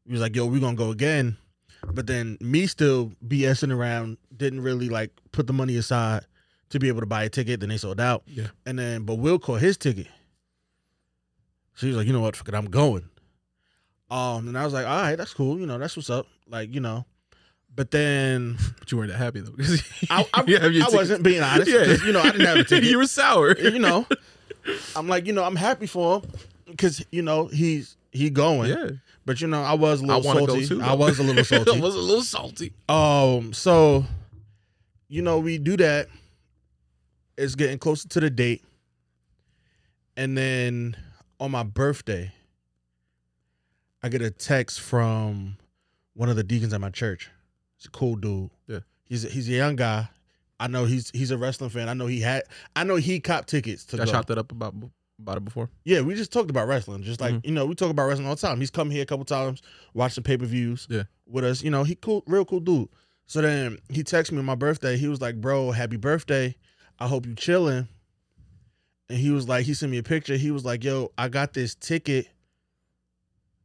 we was like, yo, we gonna go again. But then me still BSing around, didn't really like put the money aside to be able to buy a ticket. Then they sold out. Yeah. And then, but Will caught his ticket. So he was like, you know what, fuck it, I'm going. Um, and I was like, all right, that's cool. You know, that's what's up. Like, you know. But then But you weren't that happy though. 'cause I- I- you have your I ticket. wasn't being honest. 'cause, you know, I didn't have a ticket. you were sour. you know, I'm like, you know, I'm happy for him because you know he's he going. yeah. But you know, I was a little wanna salty. though. I was a little salty. I was a little salty. Um, so you know, we do that. It's getting closer to the date. And then on my birthday, I get a text from one of the deacons at my church. He's a cool dude. Yeah. He's a, he's a young guy. I know he's he's a wrestling fan. I know he had I know he copped tickets to I go. chopped that up about about it before. Yeah, we just talked about wrestling. Just like, you know, we talk about wrestling all the time. He's come here a couple times, watched the pay-per-views Yeah. with us. You know, he cool, real cool dude. So then he texted me on my birthday. He was like, Bro, happy birthday. I hope you chilling. And he was like, he sent me a picture. He was like, Yo, I got this ticket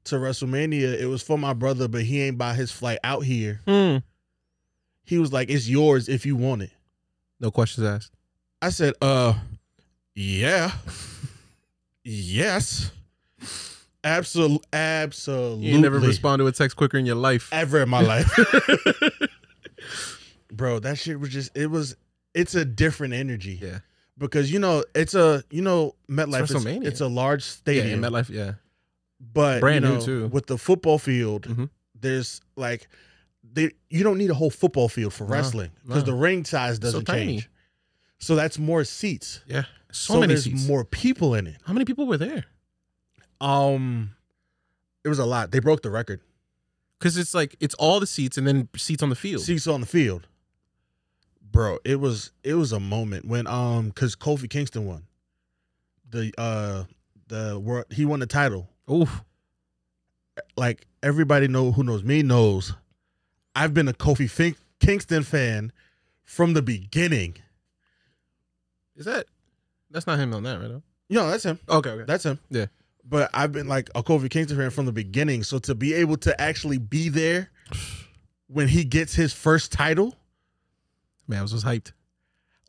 to WrestleMania. It was for my brother, but he ain't buy his flight out here. He was like, It's yours if you want it. No questions asked. I said, uh, yeah. yes. Absol- absolutely. You ain't never respond to a text quicker in your life. Ever in my life. Bro, that shit was just, it was, it's a different energy. Yeah. Because, you know, it's a, you know, MetLife, it's, WrestleMania. it's a large yeah, stadium. in MetLife. Yeah, but, Brand you new, know, too. With the football field, Mhm. there's like, there, you don't need a whole football field for No, wrestling no. because the ring size doesn't tiny. change. So that's more seats. yeah. So, So, many there's seats. more people in it. How many people were there? Um, it was a lot. They broke the record. Because it's like it's all the seats and then seats on the field. Seats on the field, bro. It was it was a moment when um, cause Kofi Kingston won the uh the world. He won the title. Oof. Like everybody know who knows me knows, I've been a Kofi fin- Kingston fan from the beginning. Is that? That's not him on that right now. You know that's him. Okay. Okay. That's him. Yeah. But I've been like a Kofi Kingston fan from the beginning. So to be able to actually be there when he gets his first title. Man, I was just hyped.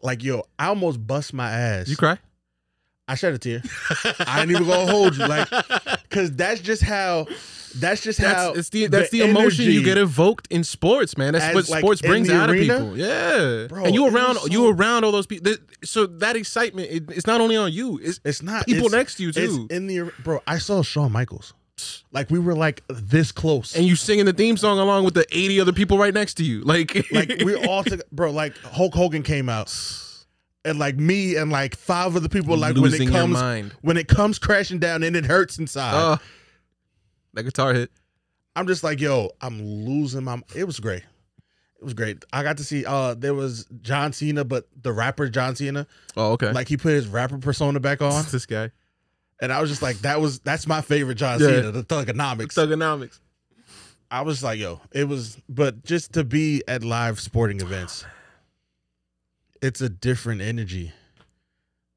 Like, yo, I almost bust my ass. Did you cry? I shed a tear. I ain't even gonna hold you. Like, cause that's just how that's just how That's, it's the that's the, emotion you energy- get evoked in sports, man. That's As, what like, sports in brings the out arena? of people. Yeah, Bro, and you it around was you so- around all those people. So that excitement, it, it's not only on you. It's It's not people it's, next to you it's too, in the bro, I saw Shawn Michaels. Like we were like this close. and you singing the theme song along with the eighty other people right next to you. Like, like we all took bro, like Hulk Hogan came out. And like me and like five other people like when losing it your comes mind. when it comes crashing down and it hurts inside. Uh, that guitar hit. I'm just like, yo, I'm losing my. It was great. It was great. I got to see. Uh, there was John Cena, but the rapper John Cena, Oh, okay. like he put his rapper persona back on, this guy. and I was just like, that was that's my favorite John Yeah. Cena, the Thugonomics. Thugonomics. I was like, yo, it was. But just to be at live sporting events, it's a different energy.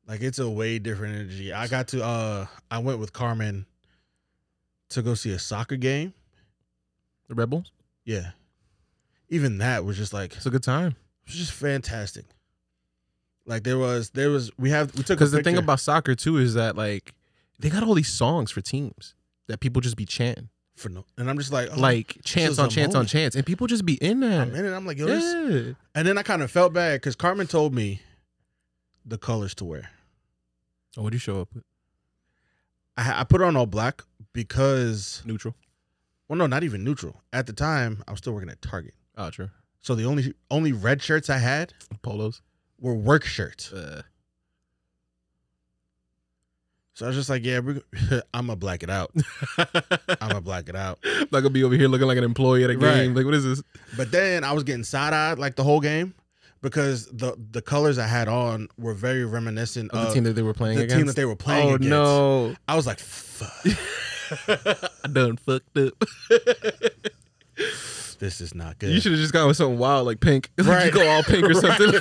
Like it's a way different energy. I got to. Uh, I went with Carmen to go see a soccer game. The Red Bulls. Yeah. Even that was just like It's a good time. It was just fantastic. Like there was, there was. We have we took Because the because thing about soccer too is that like they got all these songs for teams that people just be chanting. for no. And I'm just like, oh, like is chance a on chance on moment. chance, and people just be in there. I'm in it. I'm like, yo, this. yeah, And then I kind of felt bad because Carmen told me the colors to wear. oh, what do you show up with? I, I put on all black because, Neutral. well, no, not even neutral. At the time, I was still working at Target, Oh, true. so the only only red shirts I had Polos. were work shirts. Uh, So I was just like, yeah, we're, I'm gonna black it out. I'm gonna black it out. not gonna be over here looking like an employee at a Right. game. Like, what is this? But then I was getting side eyed like the whole game because the the colors I had on were very reminiscent Of of the team that they were playing Uh, the against. team that they were playing oh against. no, I was like, fuck, I done fucked up. this is not You good. should have just gone with something wild like pink. Like, Right. you go all pink or something.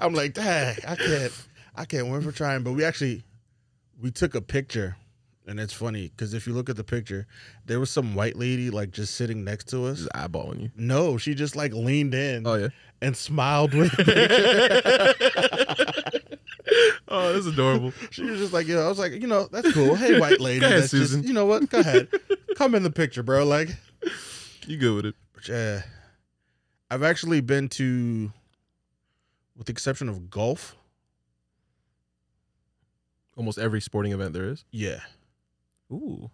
I'm like, dang, I can't, I can't win for trying. But we actually, we took a picture, and it's funny because if you look at the picture, there was some white lady like just sitting next to us. just eyeballing you. No, she just like leaned in Oh yeah. and smiled with. me. Oh, that's adorable. She was just like, yo, I was like, you know, that's cool. Hey, white lady, Go ahead, that's Susan. just, you know what? Go ahead, come in the picture, bro. Like, You good with it? But yeah, I've actually been to, with the exception of golf. Almost every sporting event there is. Yeah, Ooh,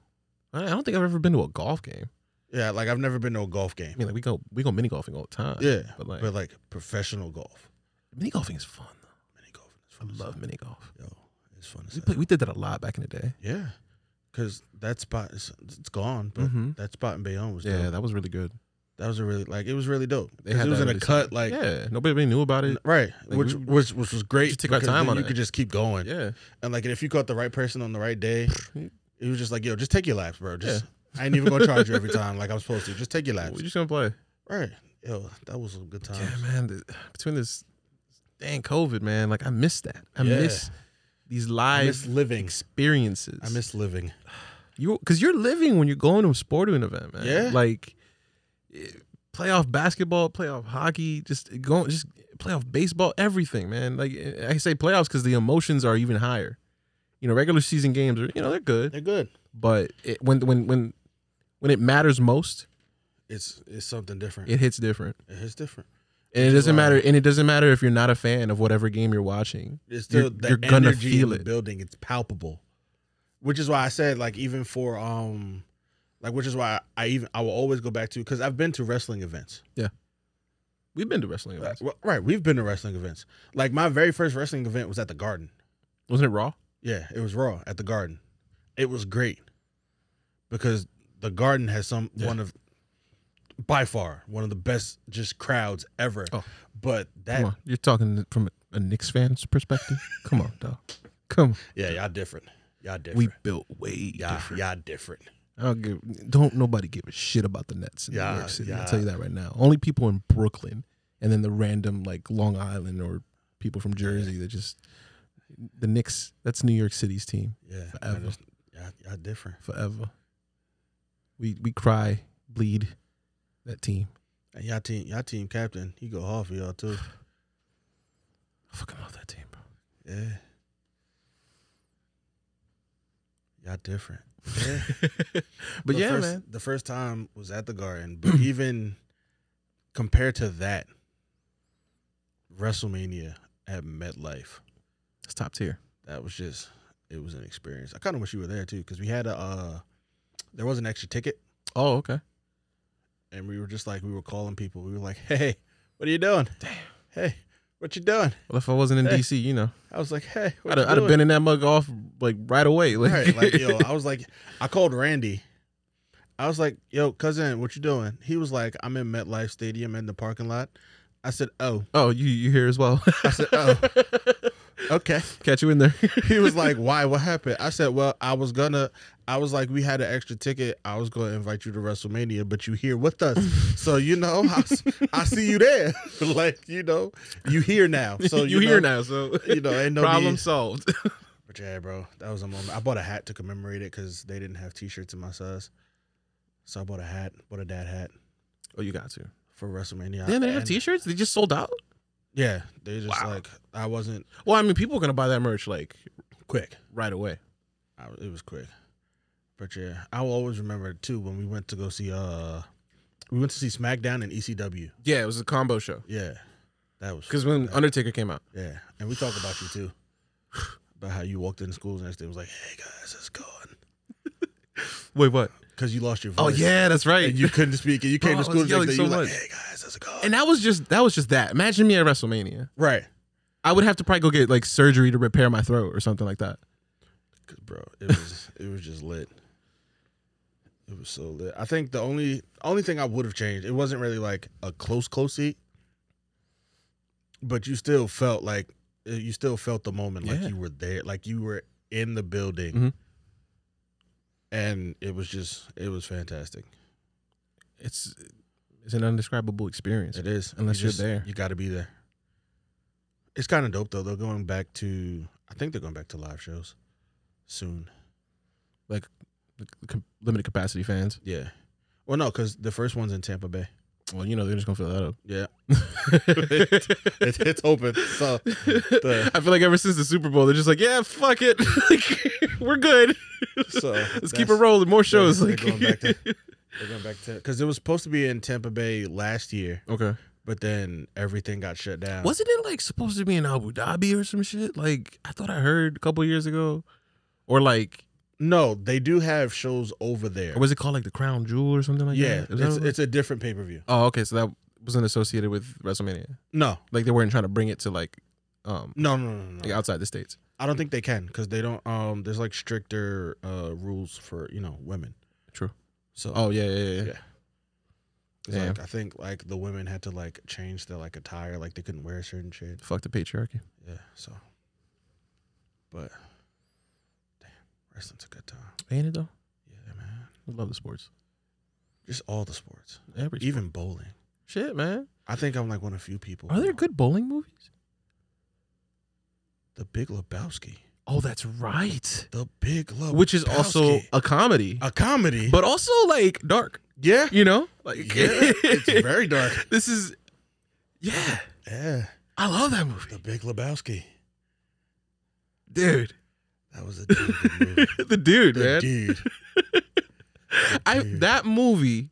I I don't think I've ever been to a golf game. yeah. Like I've never been to a golf I game. mean, like we go we go mini golfing all the time. Yeah, but like but like professional golf, mini golfing is fun. though. mini golf. It's fun. as I love mini golf. hell. Yo, it's fun. As We, hell. play, we did that a lot back in the day. yeah, because that spot is it's gone, but Mhm. that spot in Bayonne was Yeah, dope. that was really good. That was a really like it was really dope. They 'Cause had it was that in a really cut like. yeah, nobody really knew about it. n- Right, Like, which, we- which which was great. should take our because time then on you it. could just keep going, Yeah, and like if you caught the right person on the right day, we It was just like, yo, just take your laps, bro. Just I ain't even gonna charge you every time like I'm supposed to. Just take your laps. just gonna play. Right. Yo, that was some good times. Yeah, man. The, between this dang COVID, man, like I miss that. I Yeah. miss these I live miss living. experiences. I miss living. you because you're living when you're going to a sporting event, man. Yeah. like eh, playoff basketball, playoff hockey, just going, just playoff baseball, everything, man. Like eh, I say playoffs because the emotions are even higher. You know, regular season games are you know they're good, They're good. but it, when when when when it matters most, It's it's something different. it hits different, it's different. and it doesn't Right. matter. And it doesn't matter if you're not a fan of whatever game you're watching. It's You're- the, the you're gonna energy feel in the it. building. It's palpable. Which is why I said like even for um like which is why I even I will always go back to because I've been to wrestling events. We've been to wrestling events, Uh, Right, we've been to wrestling events. Like my very first wrestling event was at the Garden. wasn't it? Raw. Yeah, it was raw at the garden. It was great because the garden has some Yeah. one of by far one of the best just crowds ever. Oh. But Come that on, you're talking from a, a Knicks fan's perspective. Come on, dog. Come on. yeah, y'all different. Y'all different. We built way y'all, different. y'all different. I don't give. Don't nobody give a shit about the Nets in New Yeah, York City. yeah. I'll tell you that right now. Only people in Brooklyn, and then the random like Long Island or people from Jersey that just the Knicks. That's New York City's team Yeah. Forever. man, it's- Y'all, y'all different. forever. We we cry, bleed that team. And y'all team y'all team captain, he go hard for y'all too. I fucking love that team, bro. Yeah. Y'all different. Yeah. but The yeah, first- man. The first time was at the garden, but even compared to that, WrestleMania at MetLife, It's top tier. that was just it was an experience. I kind of wish you were there too, because we had a uh, there was an extra ticket, Oh, okay. and we were just like we were calling people. We were like, hey, what are you doing? Damn. Hey, what you doing? Well, if I wasn't in Hey. DC, you know, I was like, hey, what I'd, you I'd have doing?" been in that mug off like right away. Like, right, like yo, I was like, I called Randy. I was like, yo, cousin, what you doing? He was like, I'm in MetLife Stadium in the parking lot. I said, oh. oh, you you here as well? I said, "Oh, okay." Catch you in there. He was like, "Why? What happened?" I said, "Well, I was gonna, I was like, we had an extra ticket. I was gonna invite you to WrestleMania, but you here with us, so you know, I, s- I see you there. like, you know, you here now. So you, you here know, now, so You know, ain't no problem problem. solved. But yeah, bro, that was a moment. I bought a hat to commemorate it because they didn't have T-shirts in my size, so I bought a hat, bought a dad hat Oh, you got to. for WrestleMania. Damn, they have And- T-shirts. They just sold out. Yeah, they just Wow. like I wasn't Well, I mean, people are gonna buy that merch like quick. right away. I, it was quick. But yeah, I will always remember it too when we went to go see uh we went to see SmackDown and ECW. Yeah, it was a combo show. Yeah. That was Because when Undertaker came out, yeah. And we talked about you too. About how you walked in school the next day and was like, Hey guys, it's gone. wait, what? Because you lost your voice. Oh yeah, that's right. And you couldn't speak and you came Bro, I to was school the yelling next day, so you were like, much. Hey guys, it's gone. and that was just that was just that. Imagine me at WrestleMania. right. I would have to probably go get like surgery to repair my throat or something like that. Cause bro, it was it was just lit. It was so lit. I think the only only thing I would have changed, it wasn't really like a close close seat, but you still felt like uh, you still felt the moment, like Yeah. you were there, like you were in the building, Mhm. and it was just it was fantastic. It's it's an undescribable experience. It is Unless You you're there. you got to be there. It's kind of dope though. They're going back to I think they're going back to live shows soon. Com- Limited capacity fans. Yeah. Well, no, because the first one's in Tampa Bay. Well, you know they're just gonna fill that up. Yeah. It- it's open. So the- I feel like ever since the Super Bowl, they're just like, yeah, fuck it, Like, we're good. So Let's that's- keep it rolling. More shows. they're like, going back to- They're going back to because it was supposed to be in Tampa Bay last year, okay. but then everything got shut down. Wasn't it like supposed to be in Abu Dhabi or some shit? Like I thought I heard a couple years ago, or like, No, they do have shows over there. or was it called like the Crown Jewel or something like that? yeah, Is that it's, what Oh, it was? it's a different pay per view. oh, okay. So that wasn't associated with WrestleMania. No, Like they weren't trying to bring it to like, um, no, no, no, no. like no. outside the states. I don't think they can because they don't. Um, there's like stricter uh rules for you know women. True. So Oh yeah, yeah, yeah. yeah. Yeah. it's damn. like I think like the women had to like change their like attire, like they couldn't wear certain shit. Fuck the patriarchy. Yeah, so. But, damn, wrestling's a good time. Ain't it though? Yeah, man. I love the sports. Just all the sports, Every sport. even bowling. shit, man. I think I'm like one of few people. Are who there know. good bowling movies? The Big Lebowski. Oh, that's right. The Big Lebowski. Which is also a comedy, Oh, a comedy. but also like dark. yeah. You know, Yeah. like it's very dark. this is. Yeah, Yeah. I love that movie, The Big Lebowski. dude. That was a damn good movie. the dude, The man. dude. The I dude. that movie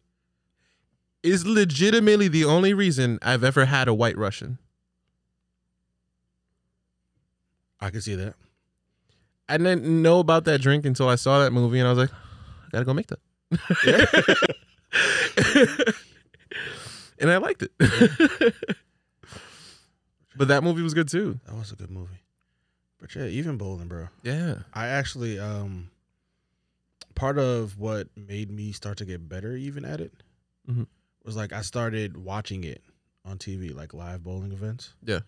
is legitimately the only reason I've ever had a White Russian. I can see that. I didn't know about that drink until I saw that movie, and I was like, I gotta go make that. and I liked it. but that movie was good too. That was a good movie. But yeah, even bowling, bro. Yeah. I actually um part of what made me start to get better even at it Mhm. was like I started watching it on TV like live bowling events. Yeah.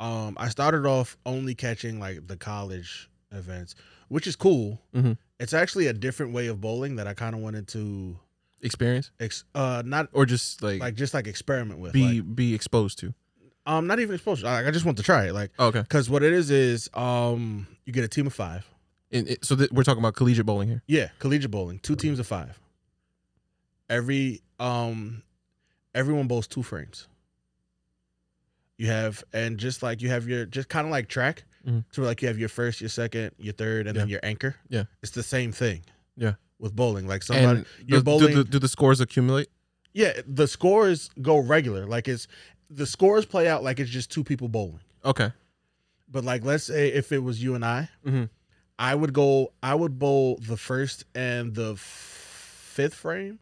Um I started off only catching like the college events, which is cool. Mhm. It's actually a different way of bowling that I kind of wanted to Experience ex- uh not or just like, like just like experiment with be like be exposed to. um not even exposure. Like, I just want to try it like Oh, okay. cuz what it is is um you get a team of 5. And it, so th- we're talking about collegiate bowling here. Yeah, collegiate bowling, two teams of five. Every um, everyone bowls two frames. You have and just like you have your just kind of like track, Mhm. so like you have your first, your second, your third, and then your anchor. Yeah. it's the same thing. Yeah. with bowling, like somebody, and do- you're do, bowling- the, do the scores accumulate? yeah, the scores go regular. Like it's the scores play out like it's just two people bowling. Okay. But like, let's say if it was you and I, Mhm. I would go. I would bowl the first and the f- fifth frame.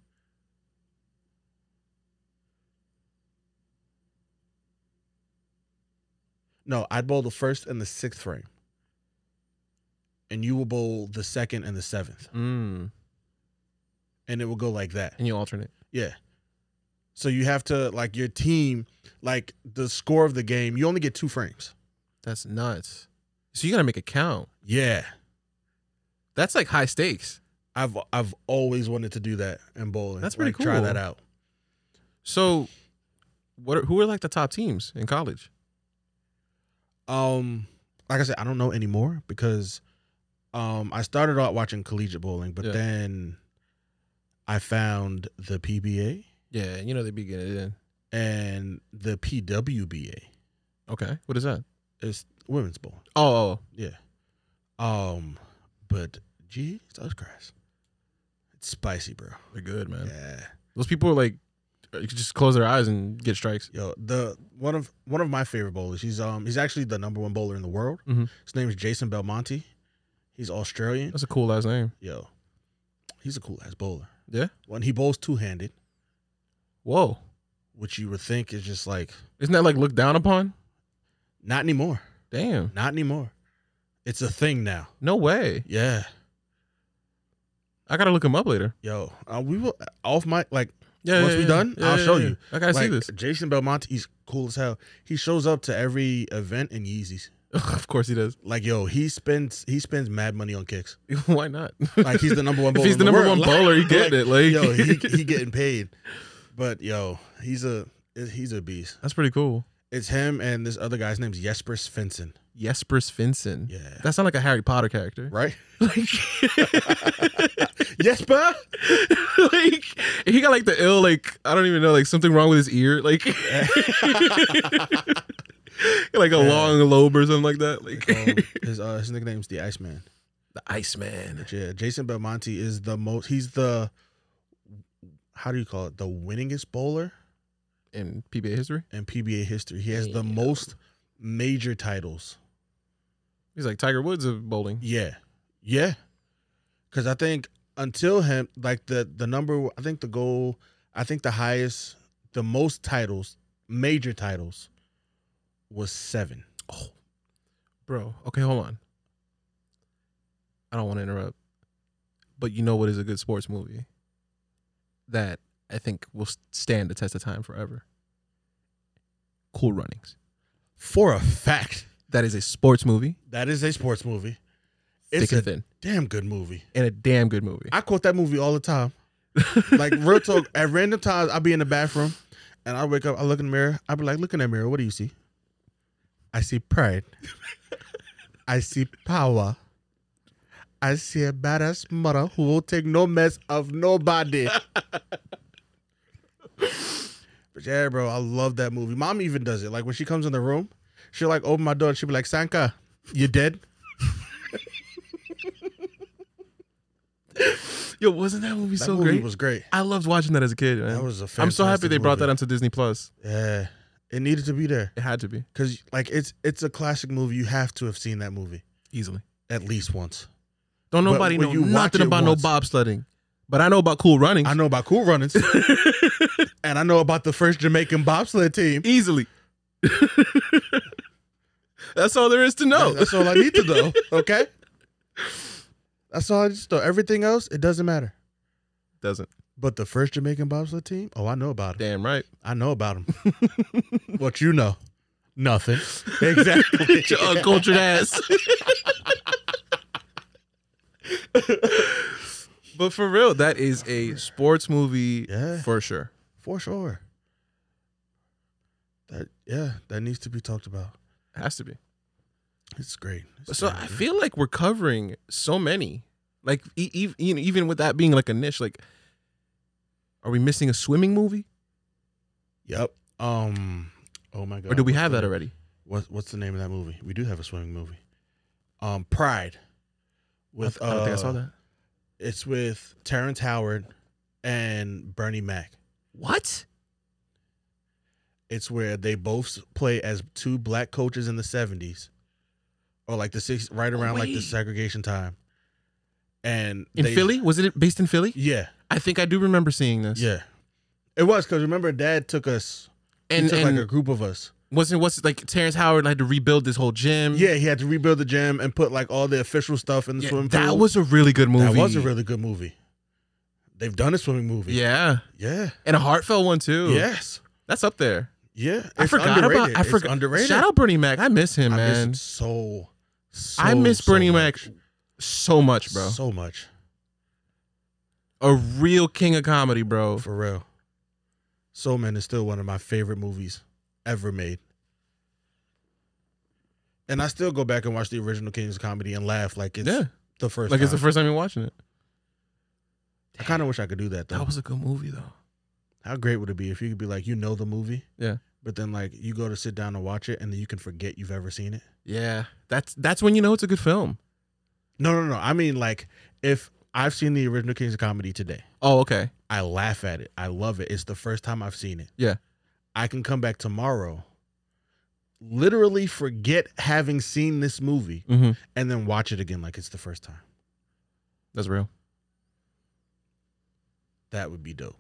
No, I'd bowl the first and the sixth frame, and you will bowl the second and the seventh, Mm. and it will go like that. And you alternate. Yeah. So you have to like your team, like the score of the game. You only get two frames. That's nuts. So you gotta make a count. Yeah. That's like high stakes. I've I've always wanted to do that in bowling. That's pretty Like, Try cool. that out. So, what? Are, who are like the top teams in college? Um, like I said, I don't know anymore because, um, I started out watching collegiate bowling, but Yeah. then I found the PBA Yeah, you know they be getting it in. and the PWBA. Okay, what is that? It's women's bowling. Oh, Yeah. Um, but Jesus Christ, Spicy, bro. They're good, man. Yeah. Those people are like, uh, you could just close their eyes and get strikes. Yo, the one of one of my favorite bowlers. He's um he's actually the number one bowler in the world. Mhm. His name is Jason Belmonte. He's Australian. That's a cool last name. Yo, he's a cool ass bowler. Yeah. When he bowls two handed, Whoa. which you would think is just like Isn't that like looked down upon? not anymore, Damn. not anymore. It's a thing now. No way. Yeah, I gotta look him up later. yo, uh, we will off my like Yeah. Once yeah, we yeah. done, Yeah, I'll yeah, show yeah. you. I gotta see like, this. Jason Belmonte. He's cool as hell. He shows up to every event in Yeezys. of course he does. Like yo, he spends he spends mad money on kicks. Why not? Like he's the number one. if bowler he's in the number world. one bowler, he get like, it. Like, yo, he, he getting paid. But yo, he's a he's a beast. that's pretty cool. It's him and this other guy's name's Jesper Svensson. Jesper Svensson. Yeah. That sounds like a Harry Potter character. Right? Like, Jesper? like he got like the ill, like I don't even know, like something wrong with his ear, like like a Yeah. long lobe or something like that. Like Um, his uh, his nickname's the Iceman. the Iceman. But yeah, Jason Belmonte is the most he's the how do you call it? The winningest bowler In PBA history. in PBA history. He has the Damn. most major titles. He's like Tiger Woods of bowling. Yeah. Yeah. Cause I think until him, like the the number I think the goal, I think the highest, the most titles, major titles, was seven. oh, Bro, okay, hold on. I don't want to interrupt. But you know what is a good sports movie that I think will s- stand the test of time forever? Cool Runnings. For a fact. That is a sports movie. That is a sports movie. It's It's thick a and thin. damn good movie. And a damn good movie. I quote that movie all the time. Like real talk, at random times I'll be in the bathroom and I wake up, I look in the mirror, I'll be like, look in that mirror, what do you see? I see pride. I see power. I see a badass mother who will take no mess of nobody. but yeah, bro, I love that movie. Mom even does it. Like when she comes in the room, she'll like open my door and she'll be like, Sanka, you dead? Yo, wasn't that movie That so movie great? was great. I loved watching that as a kid, That man. was a I'm so happy fantastic they brought movie. that onto Disney Plus. Yeah, it needed to be there It had to be because like it's it's a classic movie. You have to have seen that movie easily. at least once. Don't But nobody when know you watch nothing it about once- no bobsledding, but I know about Cool Runnings I know about Cool Runnings, and I know about the first Jamaican bobsled team. easily. That's all there is to know. That's, that's all I need to know. Okay, that's all I just know. Everything else, it doesn't matter. Doesn't But the first Jamaican bobsled team, oh, I know about it. damn right. I know about them. what you know? Nothing. Exactly. Your uncultured ass. but for real, that is a sports movie Yeah. for sure. For sure. That yeah, that needs to be talked about. It has to be. It's great. It's So great, I dude. feel like we're covering so many. Like e- e- you know, even with that being like a niche, like are we missing a swimming movie, Yep. Um. Oh my god. or do we what's have the that name- already? What What's the name of that movie? We do have a swimming movie. Um, Pride. With I, I don't think I saw uh, that. It's with Terrence Howard and Bernie Mac. What? It's where they both play as two black coaches in the seventies, or like the six, right around like the wait. segregation time. And In they- Philly? Was it based in Philly? Yeah, I think I do remember seeing this. yeah. It was because remember, Dad took us. And, he took and like a group of us. wasn't what's like Terrence Howard had to rebuild this whole gym. Yeah, he had to rebuild the gym and put like all the official stuff in the Yeah, swimming pool. that was a really good movie. That was a really good movie. They've done a swimming movie. yeah, Yeah. and a heartfelt one too. Yes. that's up there. Yeah. It's I forgot underrated. about. I It's forgot. underrated. Shout out Bernie Mac. I miss him, I miss man. him so, so I miss so Bernie Mac much. so much, bro. So much. a real king of comedy, bro. For real. Soul Man is still one of my favorite movies ever made. And I still go back and watch the original King's Comedy and laugh like it's yeah, the first like time. it's the first time you're watching it. I kind of wish I could do that though. That was a good movie, though. How great would it be if you could be like, you know the movie, Yeah. but then like you go to sit down and watch it, and then you can forget you've ever seen it. Yeah, that's that's when you know it's a good film. No, no, no. I mean like if I've seen the original Kings of Comedy today. Oh, okay. I laugh at it. I love it. It's the first time I've seen it. Yeah. I can come back tomorrow, literally forget having seen this movie, Mm-hmm. and then watch it again like it's the first time. That's real. That would be dope.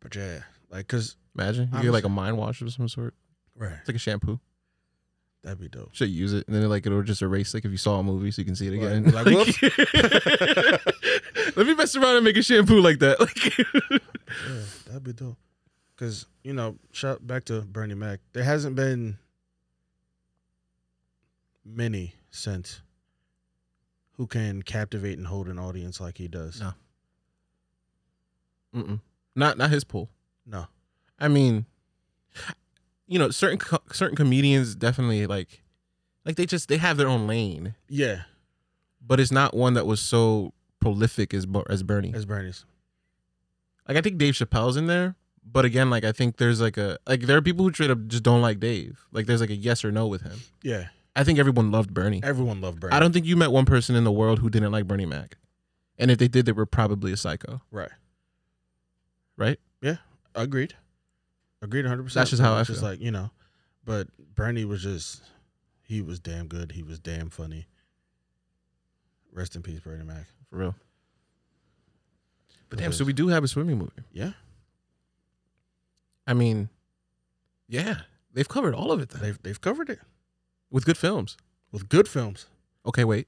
But yeah, like, cause Imagine you get like a mind wash of some sort. right, It's like a shampoo. that'd be dope. Should use it, and then like it'll just erase like if you saw a movie, so you can see it Right. again. Like, whoops. Let me mess around and make a shampoo like that. Like, Yeah, that'd be dope. Cause you know, shout back to Bernie Mac. There hasn't been many since who can captivate and hold an audience like he does. No. Mm-mm. not not his pool. No. I mean, you know, certain co- certain comedians definitely like, like they just they have their own lane, Yeah, but it's not one that was so prolific as Bo- as Bernie. as Bernie's. Like I think Dave Chappelle's in there, but again, like I think there's like a like there are people who straight up just don't like Dave. Like there's like a yes or no with him. Yeah, I think everyone loved Bernie. everyone loved Bernie. I don't think you met one person in the world who didn't like Bernie Mac, and if they did, they were probably a psycho, right. right? Agreed. Agreed 100%. That's just how I It's Just feel. like, you know, but Bernie was just, he was damn good. He was damn funny. Rest in peace, Bernie Mac. For real. But damn, Because- so we do have a swimming movie. Yeah. I mean, yeah, they've covered all of it then. They've, they've covered it with good films. with good films. Okay, wait.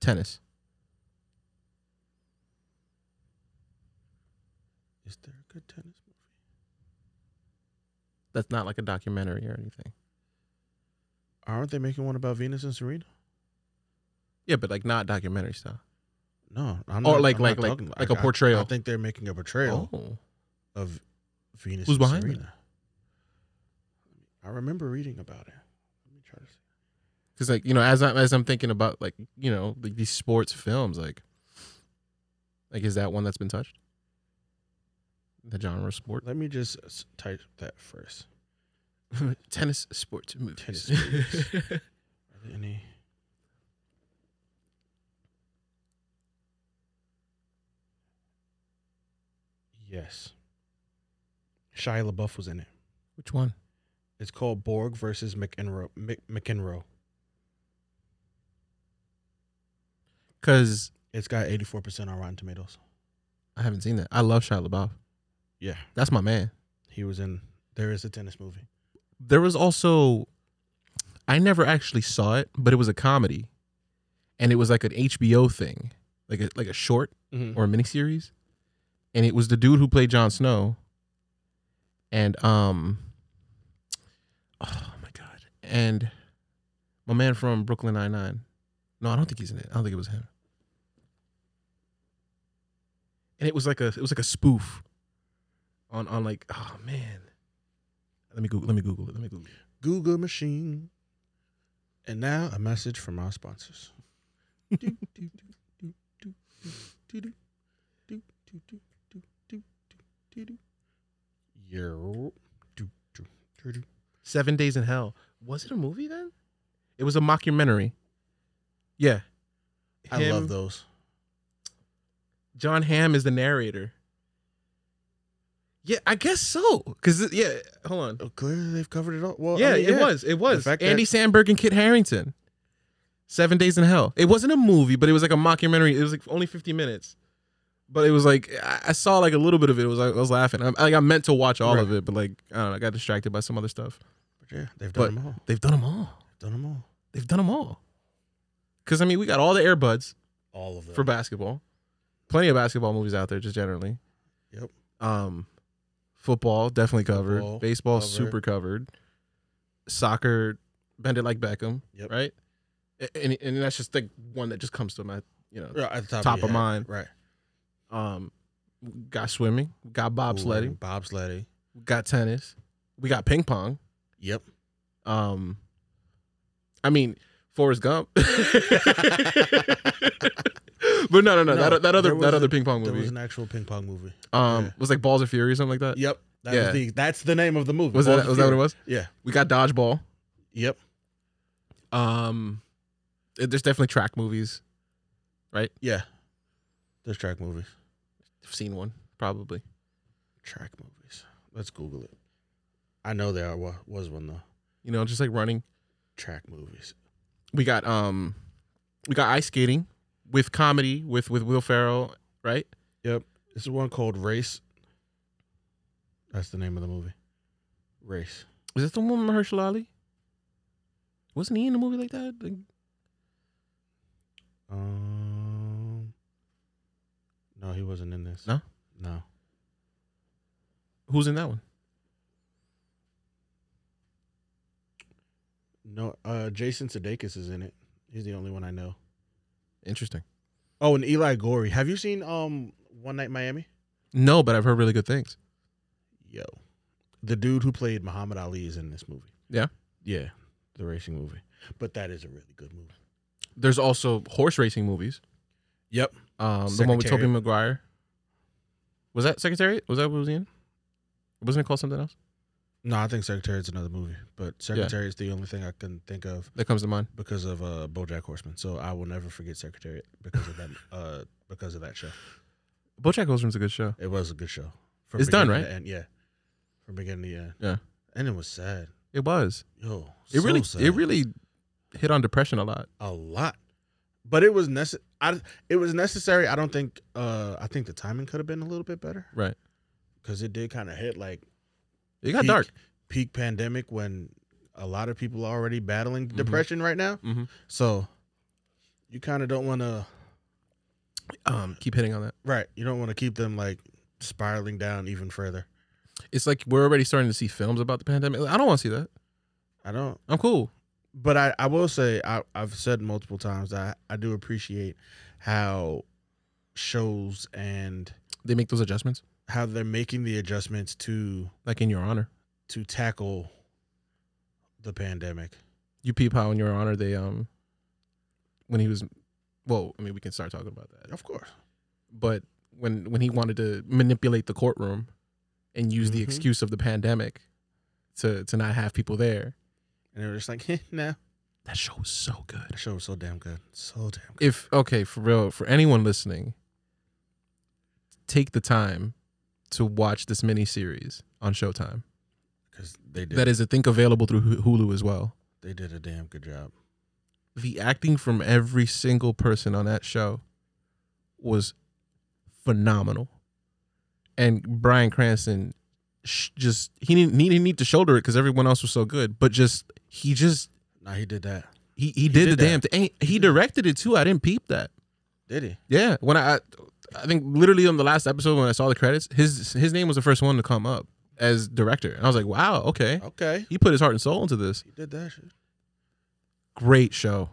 Tennis. Is there a good tennis movie? That's not like a documentary or anything. Aren't they making one about Venus and Serena? Yeah, but like not documentary style. No. I'm Or not, like- I'm like- not like- talking- like I- a portrayal. I, I think they're making a portrayal Oh, of Venus Who's and behind it? Serena. I remember reading about it. Let me try to see. because like you know, as I as I'm thinking about like you know like these sports films, like like is that one that's been touched? The genre of sport, Let me just s- type that first. tennis, sports, movies. Tennis movies. Are there any? Yes. Shia LaBeouf was in it. Which one? It's called Borg versus McEnroe. Mc, McEnroe. Because It's got 84% on Rotten Tomatoes. I haven't seen that. I love Shia LaBeouf. Yeah. That's my man. He was in There Is a Tennis Movie. there was also I never actually saw it, but it was a comedy. And it was like an HBO thing, like a like a short Mm-hmm. or a miniseries. And it was the dude who played Jon Snow. And um Oh my god. And my man from Brooklyn Nine Nine. No, I don't think he's in it. I don't think it was him. And it was like a it was like a spoof on on like oh man. Let me Google let me Google it. Let me Google it. Google machine. And now a message from our sponsors. Do, do, do, do, do, do, do, do, do, do, do, do, do, do. Yo. Do, do, do, do. Seven Days in Hell. Was it a movie then? It was a mockumentary. Yeah. I love Him- those. John Hamm is the narrator. Yeah, I guess so. Cause yeah, hold on. Oh, clearly they've covered it all. Well, yeah, I mean, it was. It was. fact Andy Sandberg and Kit Harrington. Seven Days in Hell. It wasn't a movie, but it was like a mockumentary. It was like only 50 minutes. But it was like I I saw like a little bit of it. It was like I was laughing. I, like I meant to watch all of it, but like I don't know, I got distracted by some other stuff. But yeah, they've But- done them all. They've done them all. Done them all. They've done them all. Because I mean, we got all the Airbuds All of them. for basketball. Plenty of basketball movies out there, just generally. Yep. Um, football definitely covered. Football, Baseball covered. super covered. Soccer, bend it like Beckham. Yep. Right. A- And, and that's just like one that just comes to my you know. Right, at the top, Top your of head. mind. Right. Um, got swimming. Got bobsledding. Bobsledding. Got tennis. We got ping pong. Yep. Um, I mean, Forrest Gump. but no, no, no, No, that, that other there that was other a- ping pong There movie was an actual ping pong movie. um yeah. was like Balls of Fury or something like that. Yep. That Yeah. was the, that's the name of the movie. Was that Balls was that what it of was? Fury. Yeah. We got dodgeball. Yep. Um, There's definitely track movies. Yeah. There's track movies. I've seen one probably. Track movies. Let's Google it. I know there wa- was one though. You know, just like running. Track movies. We got um, we got ice skating with comedy with with Will Ferrell, right? Yep. This is one called Race. That's the name of the movie. Race. Is this the one with Mahershala Ali? Wasn't he in a movie like that? Like, Um. No, he wasn't in this. No? No. who's in that one? No. Uh, Jason Sudeikis is in it. He's the only one I know. Interesting. Oh, and Eli Gorey. Have you seen um One Night Miami? No, but I've heard really good things. Yo, the dude who played Muhammad Ali is in this movie. Yeah? Yeah, the racing movie. But that is a really good movie. There's also horse racing movies. Yep. Um, the one with Toby Secretariat. Maguire. Was that Secretariat? Was that what was he in? Wasn't it called something else No, I think Secretariat's another movie, but Secretariat's the only thing I can think of that comes to mind? because of uh, BoJack Horseman. So I will never forget Secretariat because of that. uh, because of that show, BoJack Horseman's a good show. it was a good show. From It's done, beginning right? to End, yeah, from beginning to end. Yeah. and it was sad. It was. Yo, It so really sad. it really hit on depression a lot. a lot, but it was necessary. It was necessary. I don't think. Uh, I think the timing could have been a little bit better Right. because it did kind of hit like It got peak- dark. peak pandemic when a lot of people are already battling Mm-hmm. depression right now. Mhm. So you kind of don't want to Um, keep hitting on that. right. You don't want to keep them like spiraling down even further. It's like we're already starting to see films about the pandemic. I don't want to see that. I don't. I'm cool. But I, I will say I, I've said multiple times that I, I do appreciate how shows and They make those adjustments, how they're making the adjustments to like in Your Honor. to tackle the pandemic. You peep how in Your Honor they um, when he was, well, I mean we can start talking about that. Of course. but when when he wanted to manipulate the courtroom and use the Mhm. excuse of the pandemic to to not have people there And they were just like, "Heh, no. that show was so good That show was so damn good. So damn good. if okay for real for anyone listening take the time to watch this mini series on showtime Because they did that is i think available through Hu- hulu as well they did a damn good job. the acting from every single person on that show was phenomenal. And Brian Cranston sh- just he didn't he didn't need to shoulder it because everyone else was so good, but just he just Nah, he did that. he he, did, did the that. damn thing. And He directed it too. I didn't peep that. Did he? Yeah, when I I- I think literally on the last episode when I saw the credits, his his name was the first one to come up as director, and I was like, wow, okay, Okay. he put his heart and soul into this. He did that shit. Great show.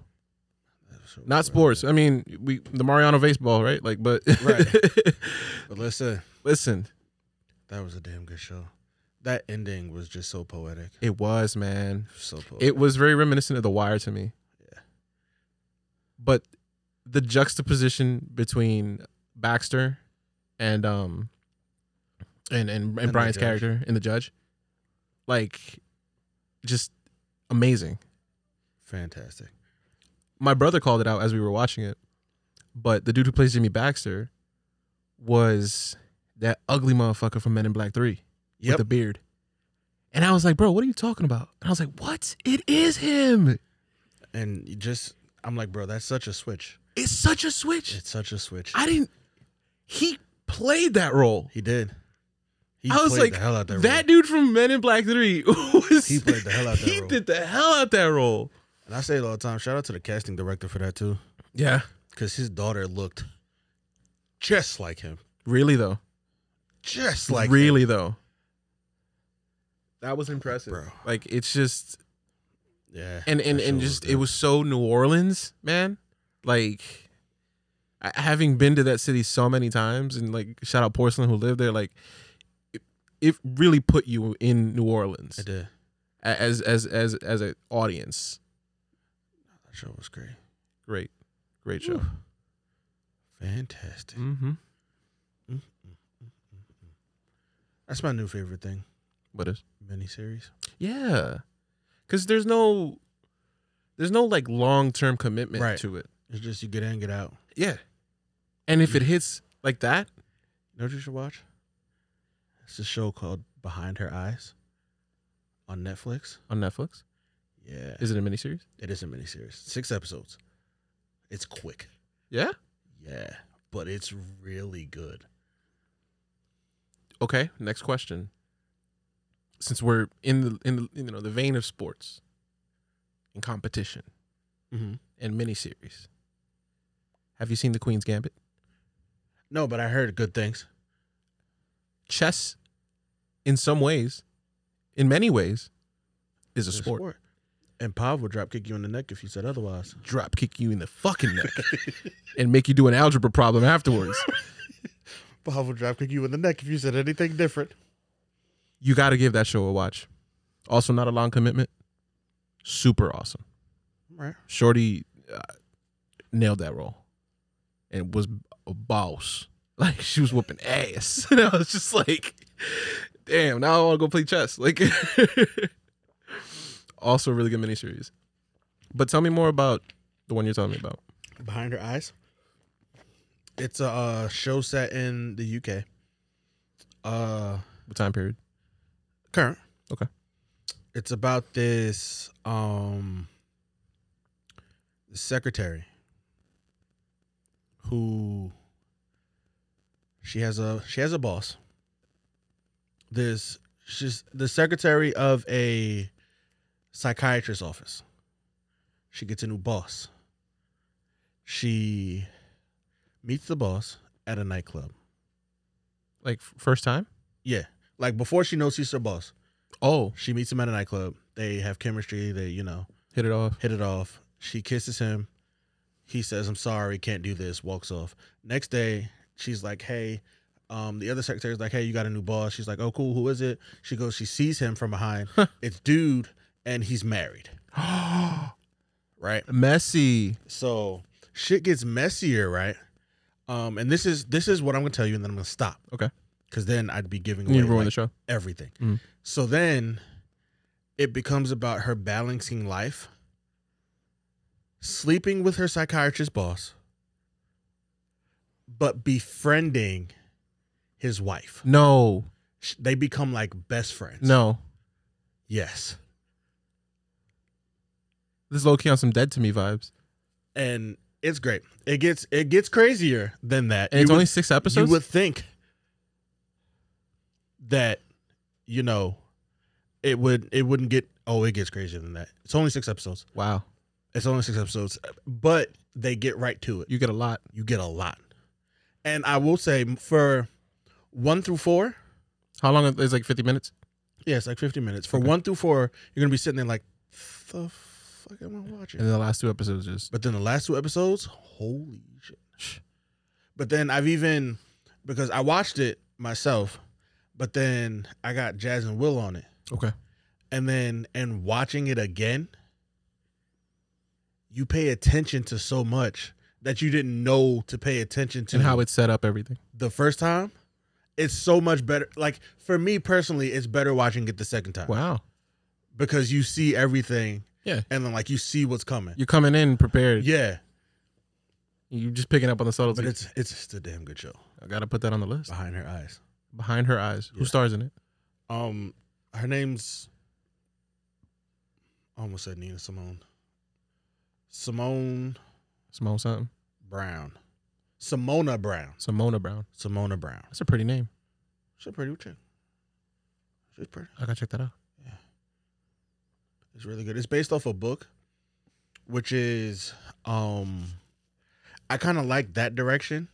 That was so not great. sports. I mean, we the Mariano baseball, right? Like, but Right. But listen, listen, that was a damn good show. That ending was just so poetic. it was man. So poetic. It was very reminiscent of The Wire to me. Yeah. But the juxtaposition between Baxter and um and and, and, And the Brian's judge. character and the judge, like, just amazing. Fantastic. my brother called it out as we were watching it, but the dude who plays Jimmy Baxter was that ugly motherfucker from Men in Black Three with Yep. the beard. And I was like, bro, what are you talking about? And I was like, what? It is him. and you just, I'm like, bro, that's such a switch. It's such a switch. It's such a switch. I didn't. He played that role. he did. He I was played like, the hell out that, That, role. dude from Men in Black Three was. He played the hell out that He role. did the hell out that role. And I say it all the time. Shout out to the casting director for that too, Yeah, because his daughter looked just like him, really though. just like him. really though. That was impressive, Bro. Like it's just. Yeah. and and, that show and was just it good. was so New Orleans, man. Like I- having been to that city so many times, and like shout out Porcelain who lived there. Like it, it really put you in New Orleans It did. a- as as as as an audience. That show was great. Great, great show. Whew. Fantastic. Mm, Mm-hmm. That's my new favorite thing. What is? Miniseries. Yeah, because there's no There's no like long term commitment Right. to it. It's just you get in, get out. Yeah. Mm-hmm. And if it hits like that, You know what you should watch? It's a show called Behind Her Eyes on Netflix. on Netflix, Yeah. is it a miniseries? It is a miniseries. Six episodes. It's quick. Yeah. Yeah. But it's really good. Okay. Next question. Since we're in the in the you know the vein of sports and competition Mm-hmm. and miniseries, have you seen The Queen's Gambit? No, but I heard good things. Chess, in some ways, in many ways, is a It's sport. And Pav would drop kick you in the neck if you said otherwise. Drop kick you in the fucking neck and make you do an algebra problem afterwards. Pav would drop kick you in the neck if you said anything different. you got to give that show a watch. Also, not a long commitment. Super awesome. Right. Shorty uh, nailed that role and was a boss. Like she was whooping ass. and I was just like, damn, now I want to go play chess. Like, also a really good miniseries. But tell me more about the one you're telling me about. Behind Her Eyes. It's a uh, show set in the UK. Uh, What time period? current. Okay. It's about this um secretary who she has a she has a boss. This she's the secretary of a psychiatrist's office. She gets a new boss. She meets the boss at a nightclub. Like f- first time? Yeah. Like before she knows he's her boss. Oh, She meets him at a nightclub. They have chemistry. They, you know, hit it off. hit it off. She kisses him. He says, I'm sorry, can't do this, walks off. Next day, she's like, Hey, um, the other secretary's like, Hey, you got a new boss. She's like, Oh, cool, who is it? She goes, she sees him from behind. it's dude, and he's married. Right. Messy. So shit gets messier, right? Um, and this is this is what I'm gonna tell you, and then I'm gonna stop. Okay. Cause then I'd be giving away You ruined like, the show. everything. Mhm. So then it becomes about her balancing life, sleeping with her psychiatrist boss, but befriending his wife. No, Sh- They become like best friends. no. Yes. This is low key on some dead to me vibes. And it's great. It gets it gets crazier than that. And You it's would- only six episodes. You would think that you know it would it wouldn't get oh it gets crazier than that. It's only six episodes. wow, It's only six episodes, but they get right to it. you get a lot. You get a lot, and I will say for one through four, How long? It's like fifty minutes. yeah, it's like fifty minutes. For Okay. one through four, you're gonna be sitting there like, the fuck am I watching? And then the last two episodes is But then the last two episodes, holy shit. But then I've even because I watched it myself, but then I got Jazz and Will on it. okay. And then and watching it again, you pay attention to so much that you didn't know to pay attention to And how it set up everything. the first time. It's so much better. Like for me personally, it's better watching it the second time. Wow, Because you see everything. Yeah. And then like you see what's coming. you're coming in prepared. Yeah. You're just picking up on the But subtleties. it's it's just a damn good show. I gotta put that on the list. behind her eyes. Behind her eyes. Who Yeah. stars in it? Um, her name's I almost said Nina Simone. Simone Simone something. Brown, Simona Brown, Simona Brown. Simona Brown. That's a pretty name. She's a pretty chick. She's pretty. I gotta check that out. It's really good. It's based off a book, which is um, I kind of like that direction.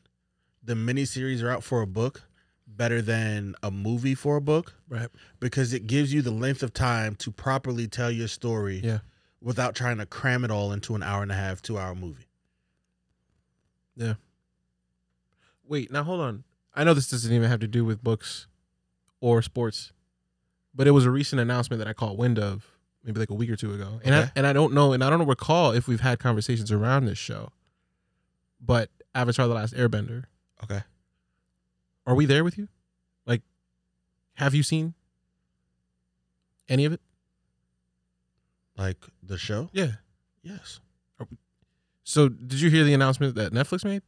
The miniseries route for a book better than a movie for a book. Right. because it gives you the length of time to properly tell your story Yeah. without trying to cram it all into an hour and a half, two hour movie. Wait, now hold on. I know this doesn't even have to do with books or sports, but it was a recent announcement that I caught wind of maybe like a week or two ago. And I Okay. and I don't know and I don't recall if we've had conversations around this show. But Avatar the Last Airbender. Okay. Are we there with you? Like have you seen any of it? Like the show? Yeah. Yes. So did you hear the announcement that Netflix made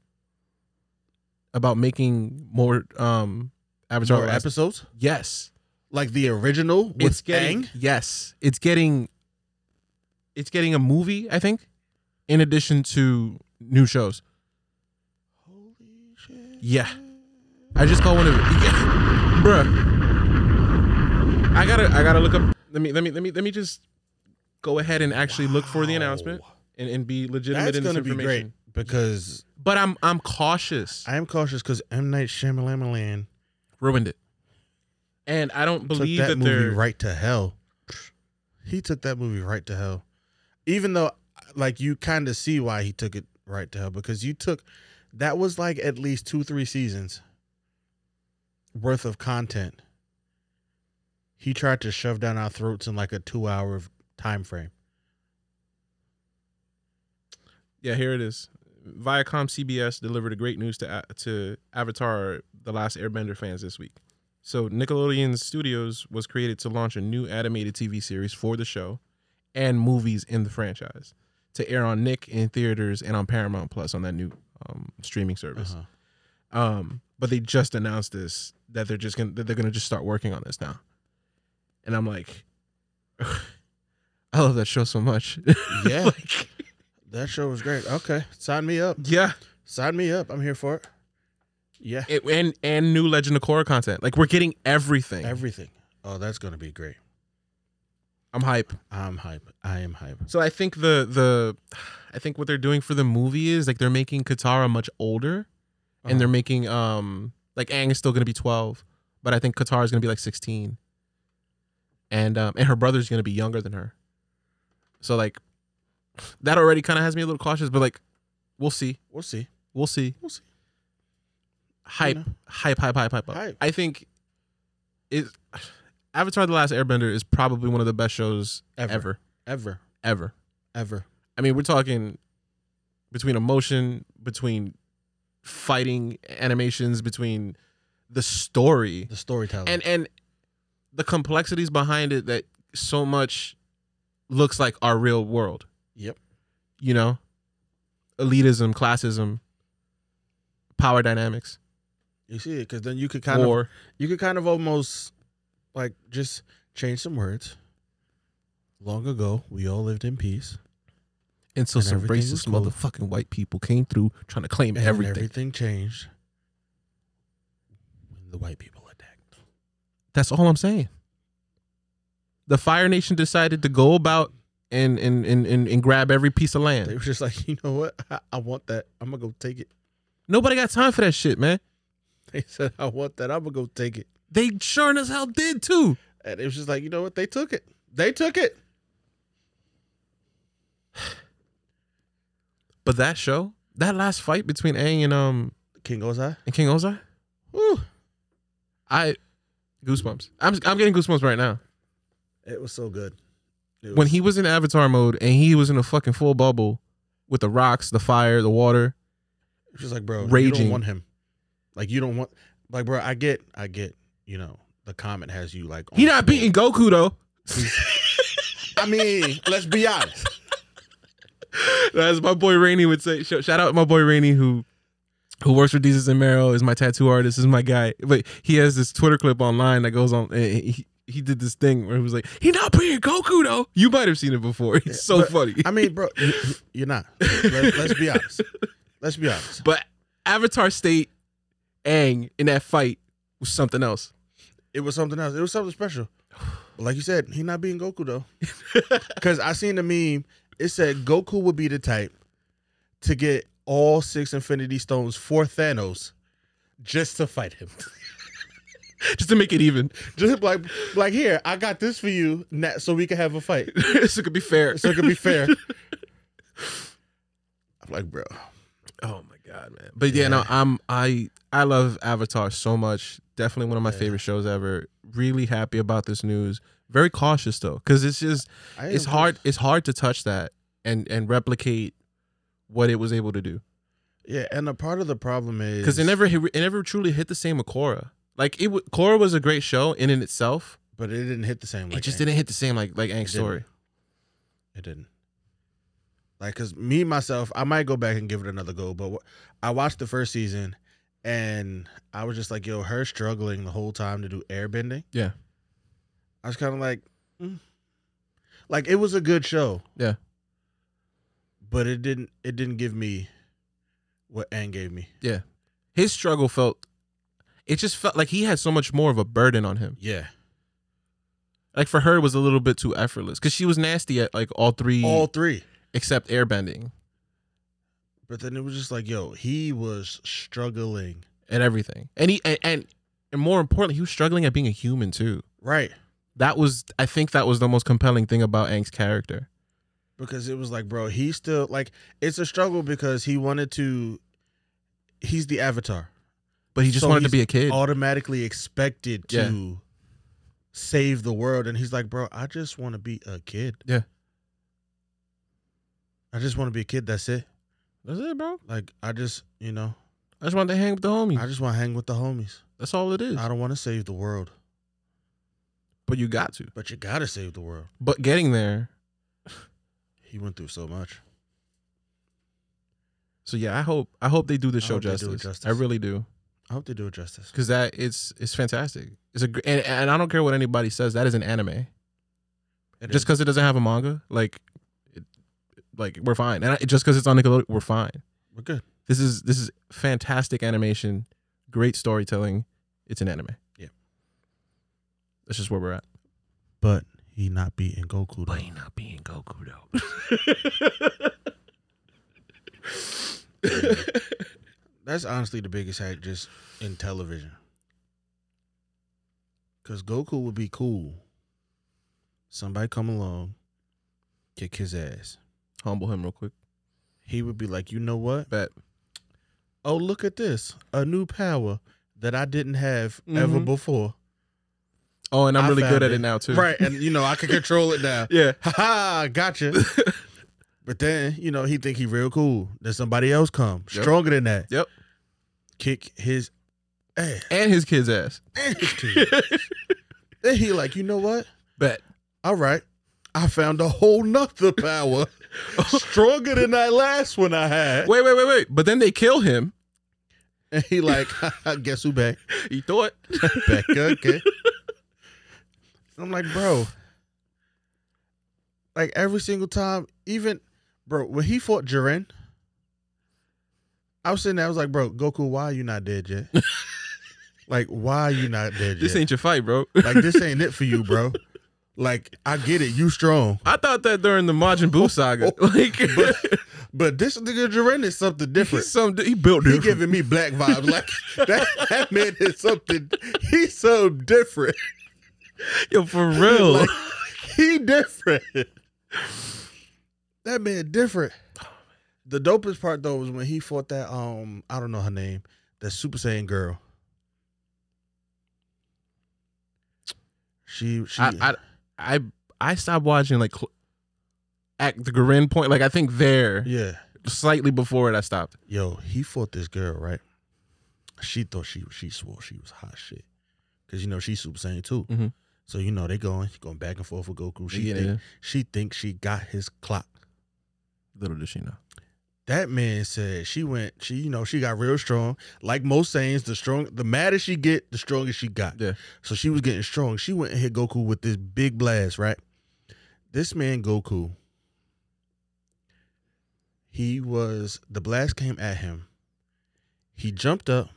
about making more um Avatar: More The Last- episodes Yes, like the original with it's getting Aang? yes, it's getting it's getting a movie. I think in addition to new shows. Holy shit. Yeah. I just call one of it. Bruh. I gotta I gotta look up let me let me let me let me just go ahead and actually look for the announcement Wow. and, and be legitimate That's in this gonna be great information. because But I'm I'm cautious. I am cautious because M Night Shyamalan Ruined it. And I don't believe took that, that, movie they're right to hell. He took that movie right to hell. Even though, like, you kind of see why he took it right to hell because you took that was like at least two, three seasons worth of content. He tried to shove down our throats in like a two hour time frame. Yeah, here it is. Viacom CBS delivered a great news to to Avatar: The Last Airbender fans this week. So Nickelodeon Studios was created to launch a new animated TV series for the show and movies in the franchise to air on Nick in theaters and on Paramount Plus on that new um, streaming service. Uh-huh. Um, but they just announced this that they're just gonna that they're gonna just start working on this now. And I'm like, I love that show so much. Yeah, like, that show was great. Okay, sign me up. yeah. Sign me up. I'm here for it. Yeah, It- and and new Legend of Korra content. Like we're getting everything. everything. Oh, that's gonna be great. I'm hype. I'm hype. I am hype. So I think the the I think what they're doing for the movie is like they're making Katara much older, Uh-huh. and they're making um like Aang is still gonna be twelve, but I think Katara is gonna be like sixteen, and um and her brother's gonna be younger than her. So like that already kind of has me a little cautious, but like we'll see, We'll see. we'll see. We'll see. Hype. You know? hype, hype, hype, hype, up. Hype. I think it Avatar: The Last Airbender is probably one of the best shows Ever. ever, ever. Ever. Ever. I mean, we're talking between emotion, between fighting animations, between the story The storytelling. and and the complexities behind it that so much looks like our real world. Yep. You know, elitism, classism, power dynamics, you see it because then you could kind war. of you could kind of almost like just change some words. Long ago, we all lived in peace. And so And some everything was racist cool. motherfucking white people came through trying to claim And everything. everything. changed when the white people attacked. That's all I'm saying. The Fire Nation decided to go about and and and and, and grab every piece of land. They were just like, you know what? I, I want that. I'm gonna go take it. Nobody got time for that shit, man. They said, I want that. I'm gonna go take it. They sure as hell did too. And it was just like, you know what? They took it. They took it. But that show, that last fight between Aang and um King Ozai. and King Ozai, Whew. I goosebumps. I'm I'm getting goosebumps right now. It was so good. It When was- he was in Avatar mode and he was in a fucking full bubble with the rocks, the fire, the water. It's just like, bro, you don't Raging. want him. Like you don't want, like, bro. I get, I get. You know, the comment has you like. He on not point. beating Goku though. I mean, let's be honest. As my boy Rainey would say, sh- shout out my boy Rainey who who works for Jesus and Mero is my tattoo artist, is my guy. But he has this Twitter clip online that goes on. eh, He, he did this thing where he was like, "He not being Goku though." You might have seen it before. It's so but- funny. I mean, bro, you, you're not. Let, let's be honest. Let's be honest. but Avatar State Aang in that fight was something else. It was something else. It was something special. But like you said, he not being Goku though. Cause I seen the meme. It said Goku would be the type to get all six Infinity Stones for Thanos just to fight him. Just to make it even, Just like, like here, I got this for you, na- so we can have a fight, so it could be fair. so it can be fair. I'm like, bro, Oh my god, man! But yeah, no, Yeah. I'm I I love Avatar so much. Definitely one of my Yeah. favorite shows ever. Really happy about this news. Very cautious though, because it's just I it's am- hard it's hard to touch that and and replicate what it was able to do. Yeah, and a part of the problem is Because it never hit- it never truly hit the same with Korra. Like it, wa- Korra was a great show in and itself. but it didn't hit the same. Like it just Aang. didn't hit the same like like It Aang's didn't. story. It didn't. Like, cause me myself, I might go back and give it another go. But wh- I watched the first season, and I was just like, "Yo, her struggling the whole time to do airbending." Yeah. I was kind of like, mm. like it was a good show. Yeah. But it didn't. It didn't give me what Anne gave me. His struggle felt it just felt like he had so much more of a burden on him. Yeah. Like for her it was a little bit too effortless cuz she was nasty at like all three All three. except airbending But then it was just like, yo, he was struggling. and everything. And he and, and and more importantly, he was struggling at being a human too. Right. That was I think that was the most compelling thing about Aang's character. because it was like, bro, he still like it's a struggle because he wanted to. He's the avatar, But he just So wanted to he's be a kid. automatically expected to save the world, and he's like, bro, I just want to be a kid. Yeah. I just want to be a kid. That's it. That's it, bro. Like I just, you know, I just wanted to hang with the homies. I just want to hang with the homies. That's all it is. I don't want to save the world, But you got to. but you gotta save the world. But getting there. He went through so much. So yeah, I hope I hope they do the I show hope they do it justice. justice. I really do I hope they do it justice. because that it's it's fantastic. It's a gr- and, and I don't care what anybody says. That is an anime. It Just is. because it doesn't have a manga, like, it, like we're fine. And I, just because it's on Nickelodeon, we're fine. we're good. This is this is fantastic animation, great storytelling. It's an anime. Yeah. That's just where we're at. But he not beating Goku. Though. not being Goku though. That's honestly the biggest hack just in television. Cause Goku would be cool. Somebody come along, kick his ass. Humble him real quick. He would be like, you know what? Bet. Oh, look at this. A new power that I didn't have ever Mhm. before. Oh, and I'm I really found good at it. it now too. Right. And you know, I can control it now. Yeah. Ha ha, gotcha. but then, you know, he think he real cool. Then somebody else come. Yep. Stronger than that. Yep. Kick his ass. And his kid's ass. then he like, you know what? Bet. All right. I found a whole nother power. stronger than that last one I had. Wait, wait, wait, wait. But then they kill him. And he like, guess who back? He thought. Back again. I'm like, bro. Like every single time, even bro, when he fought Jiren, I was sitting there, I was like, bro, Goku, why are you not dead yet? like, why are you not dead This yet? ain't your fight, bro. like this ain't it for you, bro. Like, I get it, you strong. I thought that during the Majin Buu saga. Like, But but this nigga Jiren is something different. he's some, he built He different. giving me black vibes. Like that, that man is something. He's so different. Yo, for real. Like, he different. That man different. The dopest part though was when he fought that um I don't know her name that Super Saiyan girl. She she I, I, I, I stopped watching like cl- at the Garen point. Like I think there, yeah. slightly before it, I stopped. Yo, he fought this girl, right? She thought she she swore she was hot shit. Cause you know she's Super Saiyan too. Mhm. So you know they going going back and forth with Goku. She Yeah. think, she thinks she got his clock. Little did she know. That man said she went, she, you know, she got real strong. Like most Saiyans, the strong the madder she get, the strongest she got. Yeah. So she was getting strong. She went and hit Goku with this big blast, right? This man, Goku, he was the blast came at him. He jumped up.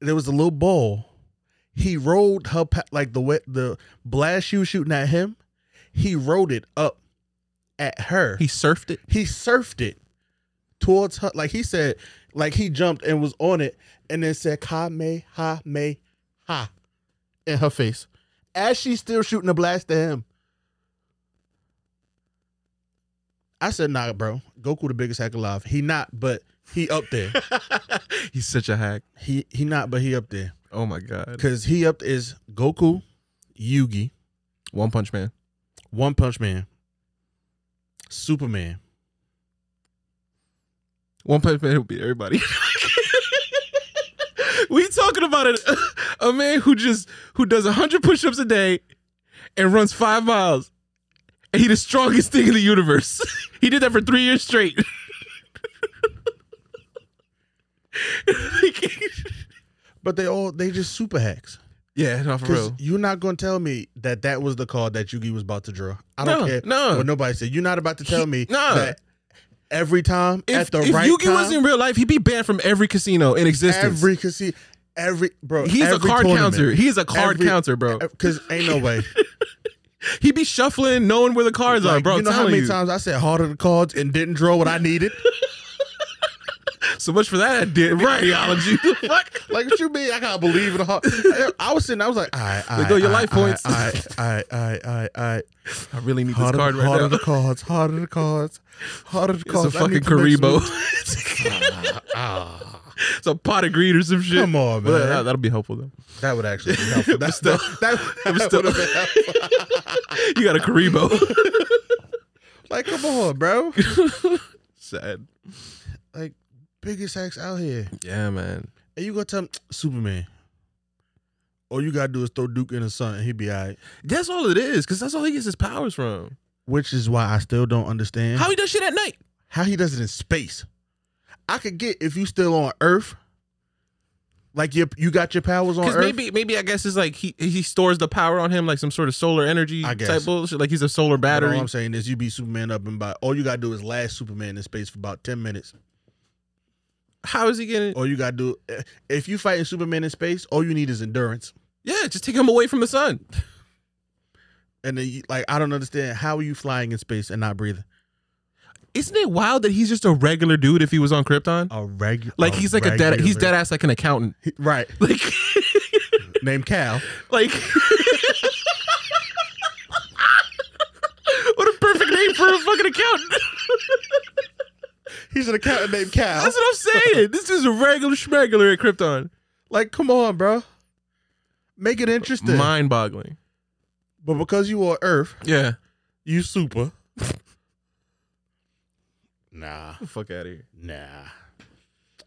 There was a little ball. He rolled her pa- like the wet the blast she was shooting at him. He rolled it up at her He surfed it. he surfed it towards her. Like he said, like he jumped and was on it, and then said "Kame ha me ha" in her face, as she's still shooting a blast at him. I said, "Nah, bro, Goku the biggest hack alive. He not, but he up there. He's such a hack. he he not, but he up there. Oh my god. Cause he up is Goku, Yugi, One Punch Man. One Punch Man, Superman, One Punch Man will beat everybody. we talking about it, a man who just who does hundred push-ups a day and runs five miles and he the strongest thing in the universe. he did that for three years straight. But they all they just super hacks. yeah, no, for Because real. you're not gonna tell me that that was the card that Yugi was about to draw. I don't No, care. no. what nobody said. You're not about to tell me no. that every time If, at the if right Yugi time, was in real life, he'd be banned from every casino in existence. every casino, every bro, He's a every card tournament. counter. He's a card Every- counter, bro. Because ain't no way. He be shuffling, knowing where the cards are, Like, bro. you know how telling many you. times I said harder the cards and didn't draw what I needed? So much for that, I did. Right, ideology. The fuck? like what you mean? I gotta believe in a heart. I was sitting. I was like, all right, all right, go your all life right, all points. right, all right, all right, all right, all right. I really need Harder, this card harder right now. the cards, harder the cards, harder the It's cards. a I need fucking to make some- Karibo. it's a pot of greed or some shit. Come on, Well, man. that, that'll be helpful though. That would actually be helpful. That, still- that, that, was that still- would have been helpful. You got a Karibo. Like, come on, bro. Sad. Like, biggest hacks out here. Yeah, man. And you gonna tell him, Superman. All you gotta do is throw Duke in the sun and he'd be all right. That's all it is, because that's all he gets his powers from. Which is why I still don't understand How he does shit at night. how he does it in space. I could get if you still on Earth, like you you got your powers on Because Earth. maybe, maybe I guess it's like he he stores the power on him like some sort of solar energy I guess. type bullshit. Like he's a solar But battery. All I'm saying is you beat Superman up and by all you gotta do is last Superman in space for about ten minutes. How is he getting? All you gotta do eh, if you fighting Superman in space, all you need is endurance. Yeah, just take him away from the sun. And then you, like I don't understand how are you flying in space and not breathing? Isn't it wild that he's just a regular dude if he was on Krypton? A regular Like he's like a dead he's dead ass like an accountant. right Like named Cal. like What a perfect name for a fucking accountant. He's an accountant named Cal. That's what I'm saying. This is a regular schmegular at Krypton. like come on, bro. Make it interesting. Mind boggling. but because you are Earth, Yeah. you super. nah, Fuck out of here. nah.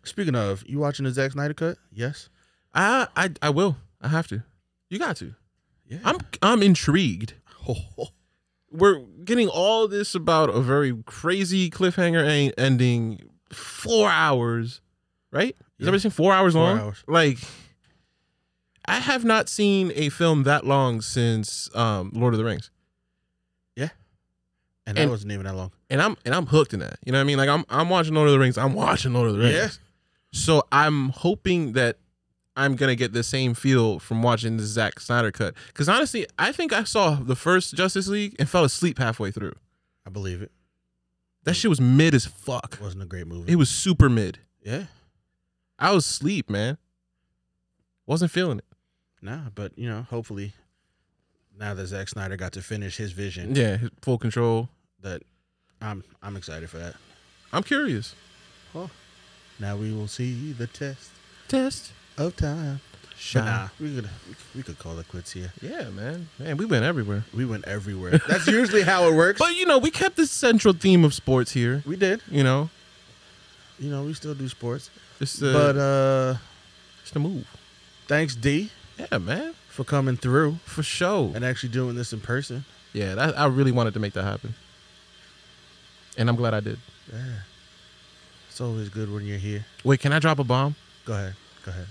Speaking of, you watching the Zack Snyder cut? Yes. I I I will. I have to. You got to. Yeah. I'm I'm intrigued. We're getting all this about a very crazy cliffhanger en- ending, four hours, right? Is Yeah. everything four hours Four long? hours. Like, I have not seen a film that long since um, Lord of the Rings, and And- that wasn't even that long. and I'm and I'm hooked in that. You know what I mean? Like I'm I'm watching Lord of the Rings. I'm watching Lord of the Rings. Yeah. So I'm hoping that I'm gonna get the same feel from watching the Zack Snyder cut. Because honestly, I think I saw the first Justice League and fell asleep halfway through. I believe it. That shit was mid as fuck. It wasn't a great movie. It was super mid. yeah. I was asleep, man. Wasn't feeling it. Nah, but you know, hopefully, now that Zack Snyder got to finish his vision, Yeah, full control. that I'm I'm excited for that. I'm curious. Now we will see the test Test. of time. But Shine. nah, we could we could call it quits here. Yeah, man. Man, we went everywhere. We went everywhere. That's usually how it works. But you know, we kept the central theme of sports here. we did. You know, You know, we still do sports. it's the but uh it's the move. thanks D Yeah, man. for coming through For sure. and actually doing this in person. Yeah, that, I really wanted to make that happen, and I'm glad I did. It's always good when you're here. Wait, can I drop a bomb? Go ahead. Go ahead.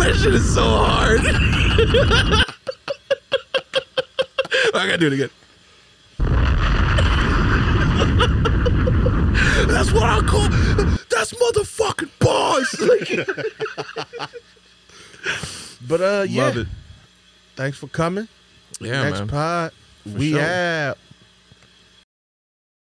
That shit is so hard. I Oh, gotta do it again. That's what I call. That's motherfucking boss. But uh yeah. Love it. Thanks for coming. Yeah, Next man. pod. we sure. have